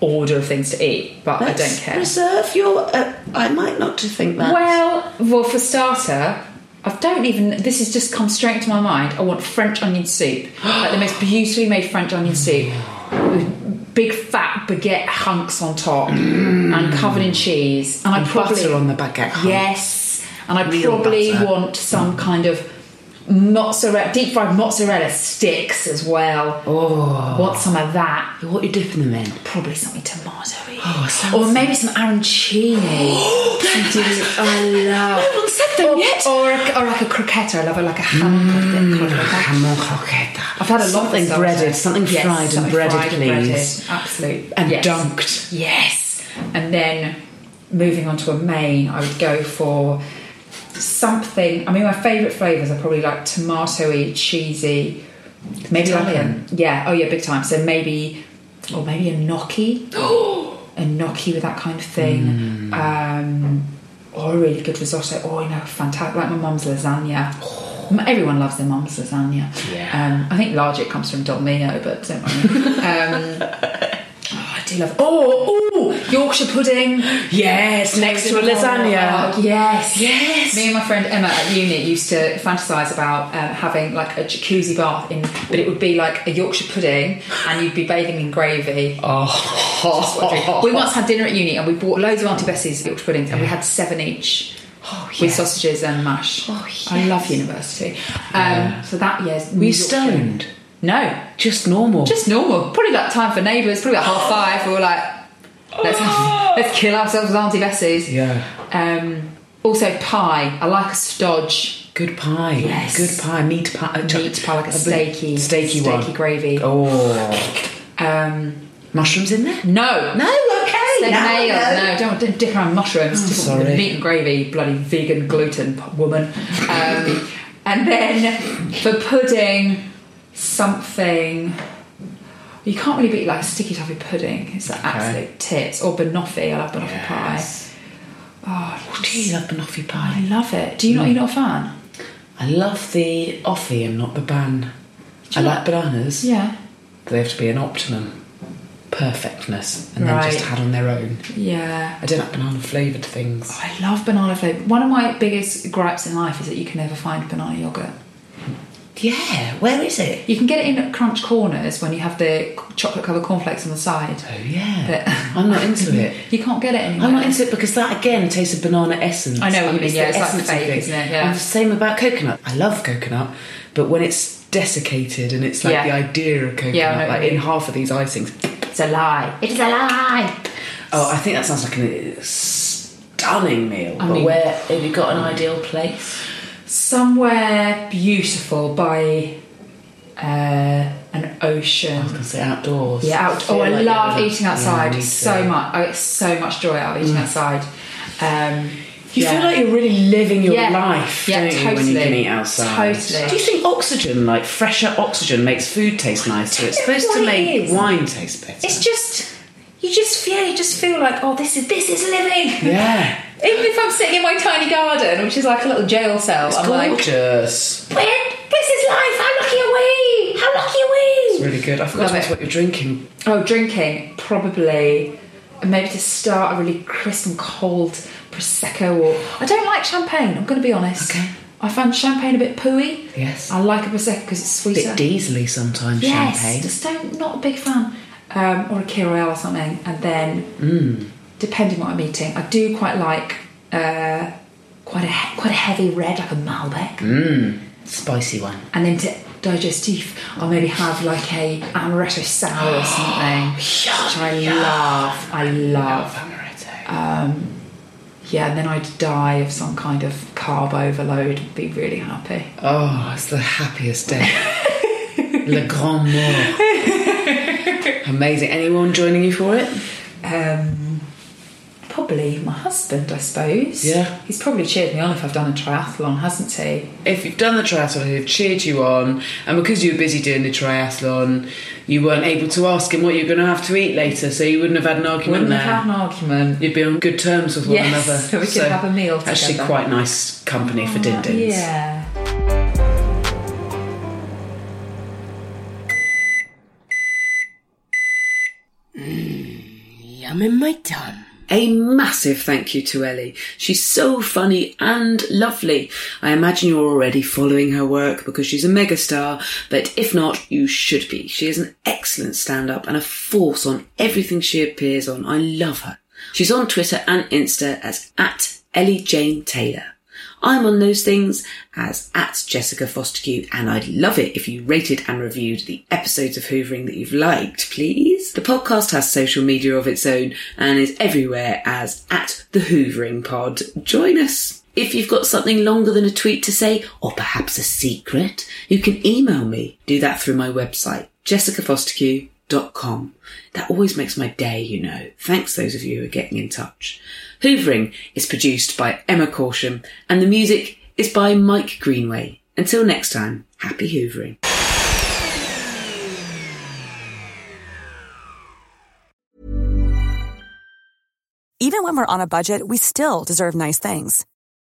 Speaker 2: order of things to eat, but I don't care.
Speaker 1: Reserve your. Uh, I might not to think that.
Speaker 2: Well, well, for starter, I don't even. This has just come straight into my mind. I want French onion soup, like the most beautifully made French onion soup, with big fat baguette hunks on top and covered in cheese. And,
Speaker 1: Mm. And
Speaker 2: I probably
Speaker 1: butter on the baguette hunks.
Speaker 2: Yes, and I
Speaker 1: Real
Speaker 2: probably
Speaker 1: butter.
Speaker 2: want some kind of mozzarella, deep fried mozzarella sticks as well. Oh, want some of that?
Speaker 1: What are you dipping them in?
Speaker 2: Probably something tomatoey.
Speaker 1: Oh, sounds-
Speaker 2: or maybe some arancini. I do. I love.
Speaker 1: No one's said them
Speaker 2: or,
Speaker 1: yet.
Speaker 2: Or, a, or like a croquette. I love it like a ham Mm, croquette.
Speaker 1: Hamon croqueta.
Speaker 2: I've had a lot of
Speaker 1: something
Speaker 2: stuff
Speaker 1: breaded,
Speaker 2: there.
Speaker 1: something
Speaker 2: Yes,
Speaker 1: fried
Speaker 2: something
Speaker 1: and breaded,
Speaker 2: fried and breaded.
Speaker 1: please,
Speaker 2: Absolutely.
Speaker 1: and
Speaker 2: yes.
Speaker 1: dunked.
Speaker 2: Yes. And then moving on to a main, I would go for something. I mean, my favourite flavours are probably like tomatoey, cheesy. Maybe like a,
Speaker 1: Italian.
Speaker 2: yeah, oh yeah, big time. So maybe, or maybe a gnocchi, a gnocchi with that kind of thing,
Speaker 1: Mm.
Speaker 2: um, or a really good risotto. Or you know, fantastic, like my mum's lasagna. M- Everyone loves their mum's lasagna.
Speaker 1: Yeah.
Speaker 2: Um, I think largely it comes from Dolmino, but don't worry. um, oh, I do love. Oh, oh, Yorkshire pudding.
Speaker 1: Yes, next to a
Speaker 2: Oh,
Speaker 1: lasagna.
Speaker 2: yes.
Speaker 1: Yes.
Speaker 2: Me and my friend Emma at uni used to fantasise about um, having like a jacuzzi bath in, but it would be like a Yorkshire pudding, and you'd be bathing in gravy.
Speaker 1: Oh,
Speaker 2: We once had dinner at uni, and we bought loads of Auntie Bessie's Yorkshire puddings, and we had seven each. With sausages and mash. Oh, I love university. Um, So that year's.
Speaker 1: Were you stoned?
Speaker 2: No,
Speaker 1: Just normal.
Speaker 2: just normal. Probably like time for neighbours. Probably about half five. We were like, let's have, let's kill ourselves with Auntie Bessie's.
Speaker 1: Yeah.
Speaker 2: Um, also pie. I like a stodge.
Speaker 1: Good pie.
Speaker 2: Yes.
Speaker 1: Good pie. Meat pie.
Speaker 2: Meat pie, like a
Speaker 1: bit
Speaker 2: steaky-
Speaker 1: Steaky one.
Speaker 2: steaky gravy.
Speaker 1: Oh.
Speaker 2: Um,
Speaker 1: Mushrooms in there?
Speaker 2: no,
Speaker 1: No, okay,
Speaker 2: They're
Speaker 1: no,
Speaker 2: male.
Speaker 1: no.
Speaker 2: No, Oh, don't, don't dick around mushrooms. Different
Speaker 1: sorry.
Speaker 2: with Meat and gravy, bloody vegan gluten p- woman. Um, and then for pudding, something. You can't really beat like sticky toffee pudding. It's like absolute tits or banoffee. I love banoffee pie. Oh,
Speaker 1: What do you love banoffee
Speaker 2: I
Speaker 1: pie?
Speaker 2: love it. Mm. Do you not? You're not a fan?
Speaker 1: I love the offie and not the ban. I like bananas.
Speaker 2: Yeah.
Speaker 1: They have to be an optimum perfectness and then just
Speaker 2: Right.
Speaker 1: had on their own.
Speaker 2: Yeah.
Speaker 1: I don't like banana flavoured things.
Speaker 2: Oh, I love banana flavour. One of my biggest gripes in life is that you can never find banana yogurt.
Speaker 1: Yeah, where is it?
Speaker 2: You can get it in crunch corners when you have the chocolate covered cornflakes on the side.
Speaker 1: Oh yeah.
Speaker 2: But-
Speaker 1: I'm not into it.
Speaker 2: You can't get it anywhere.
Speaker 1: I'm not into it because that again tastes of banana essence.
Speaker 2: I know what you mean,
Speaker 1: the
Speaker 2: yeah, it's like
Speaker 1: essence of
Speaker 2: fake, isn't it? Yeah.
Speaker 1: And the same about coconut. I love coconut, but when it's desiccated and it's like
Speaker 2: Yeah.
Speaker 1: the idea of coconut,
Speaker 2: Yeah, I know what
Speaker 1: like
Speaker 2: you
Speaker 1: in
Speaker 2: mean.
Speaker 1: half of these icings.
Speaker 2: It's a lie. It's a lie.
Speaker 1: Oh, I think that sounds like a stunning meal.
Speaker 2: I
Speaker 1: but
Speaker 2: mean-
Speaker 1: where have you got an ideal place?
Speaker 2: Somewhere beautiful by uh, an ocean.
Speaker 1: I can say outdoors.
Speaker 2: Yeah, out. Oh,
Speaker 1: feel
Speaker 2: I
Speaker 1: like
Speaker 2: love
Speaker 1: you're-
Speaker 2: eating
Speaker 1: yeah,
Speaker 2: outside
Speaker 1: me
Speaker 2: so
Speaker 1: too.
Speaker 2: much. I get so much joy out of eating outside. Um,
Speaker 1: Mm. You
Speaker 2: yeah.
Speaker 1: feel like you're really living your
Speaker 2: Yeah.
Speaker 1: life,
Speaker 2: Yeah,
Speaker 1: don't you, when you
Speaker 2: totally.
Speaker 1: can eat outside?
Speaker 2: Totally.
Speaker 1: Do you think oxygen, like fresher oxygen, makes food taste nicer? It's supposed to
Speaker 2: why it
Speaker 1: make
Speaker 2: is.
Speaker 1: wine taste better.
Speaker 2: It's just you just feel you just feel like oh this is this is living.
Speaker 1: yeah,
Speaker 2: Even if I'm sitting in my tiny garden, which is like a little jail cell,
Speaker 1: it's
Speaker 2: I'm like
Speaker 1: gorgeous.
Speaker 2: "Well, this is life. How lucky are we? How lucky are we?
Speaker 1: it's really good. I forgot
Speaker 2: Love
Speaker 1: to ask
Speaker 2: it.
Speaker 1: what you're drinking.
Speaker 2: Oh, drinking probably maybe to start a really crisp and cold prosecco. Or I don't like champagne. I'm going to be honest.
Speaker 1: Okay.
Speaker 2: I find champagne a bit pooey.
Speaker 1: Yes.
Speaker 2: I like a prosecco because it's
Speaker 1: A
Speaker 2: sweeter.
Speaker 1: bit diesely sometimes.
Speaker 2: yes.
Speaker 1: champagne.
Speaker 2: Just don't. Not a big fan. Um, or a Key Royale or something, and then
Speaker 1: Mm.
Speaker 2: depending what I'm eating, I do quite like uh, quite a he- quite a heavy red, like a Malbec
Speaker 1: spicy one.
Speaker 2: and then to digestif, I'll maybe have like a amaretto sour or something, which I love. I love.
Speaker 1: Amaretto.
Speaker 2: Yeah, and then I'd die of some kind of carb overload. Be really happy.
Speaker 1: Oh, it's the happiest day. Le Grand Mort. Amazing. Anyone joining you for it?
Speaker 2: Um, probably my husband, I suppose.
Speaker 1: Yeah.
Speaker 2: he's probably cheered me on if I've done a triathlon, hasn't he?
Speaker 1: if you've done the triathlon, he'd have cheered you on, and because you were busy doing the triathlon, you weren't able to ask him what you're going to have to eat later, so you wouldn't have had an argument
Speaker 2: Wouldn't
Speaker 1: there.
Speaker 2: have had an argument.
Speaker 1: You'd be on good terms with one
Speaker 2: Yes,
Speaker 1: another.
Speaker 2: so we could have a meal
Speaker 1: Actually,
Speaker 2: together. Oh,
Speaker 1: quite nice company for din dins.
Speaker 2: Uh, Yeah.
Speaker 1: I'm in my dumb. A massive thank you to Ellie. She's so funny and lovely. I imagine you're already following her work because she's a megastar, but if not, you should be. She is an excellent stand up and a force on everything she appears on. I love her. She's on Twitter and Insta as at Ellie Jane Taylor. I'm on those things as at Jessica Fostercue, and I'd love it if you rated and reviewed the episodes of Hoovering that you've liked, please. The podcast has social media of its own and is everywhere as at the Hoovering Pod. Join us. If you've got something longer than a tweet to say, or perhaps a secret, you can email me. Do that through my website, jessicafostercue.com. That always makes my day, you know. Thanks those of you who are getting in touch. Hoovering is produced by Emma Corsham and the music is by Mike Greenway. Until next time, happy hoovering.
Speaker 7: Even when we're on a budget, we still deserve nice things.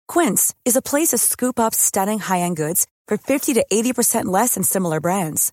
Speaker 7: Quince is a place to scoop up stunning high end goods for 50 to 80% less than similar brands.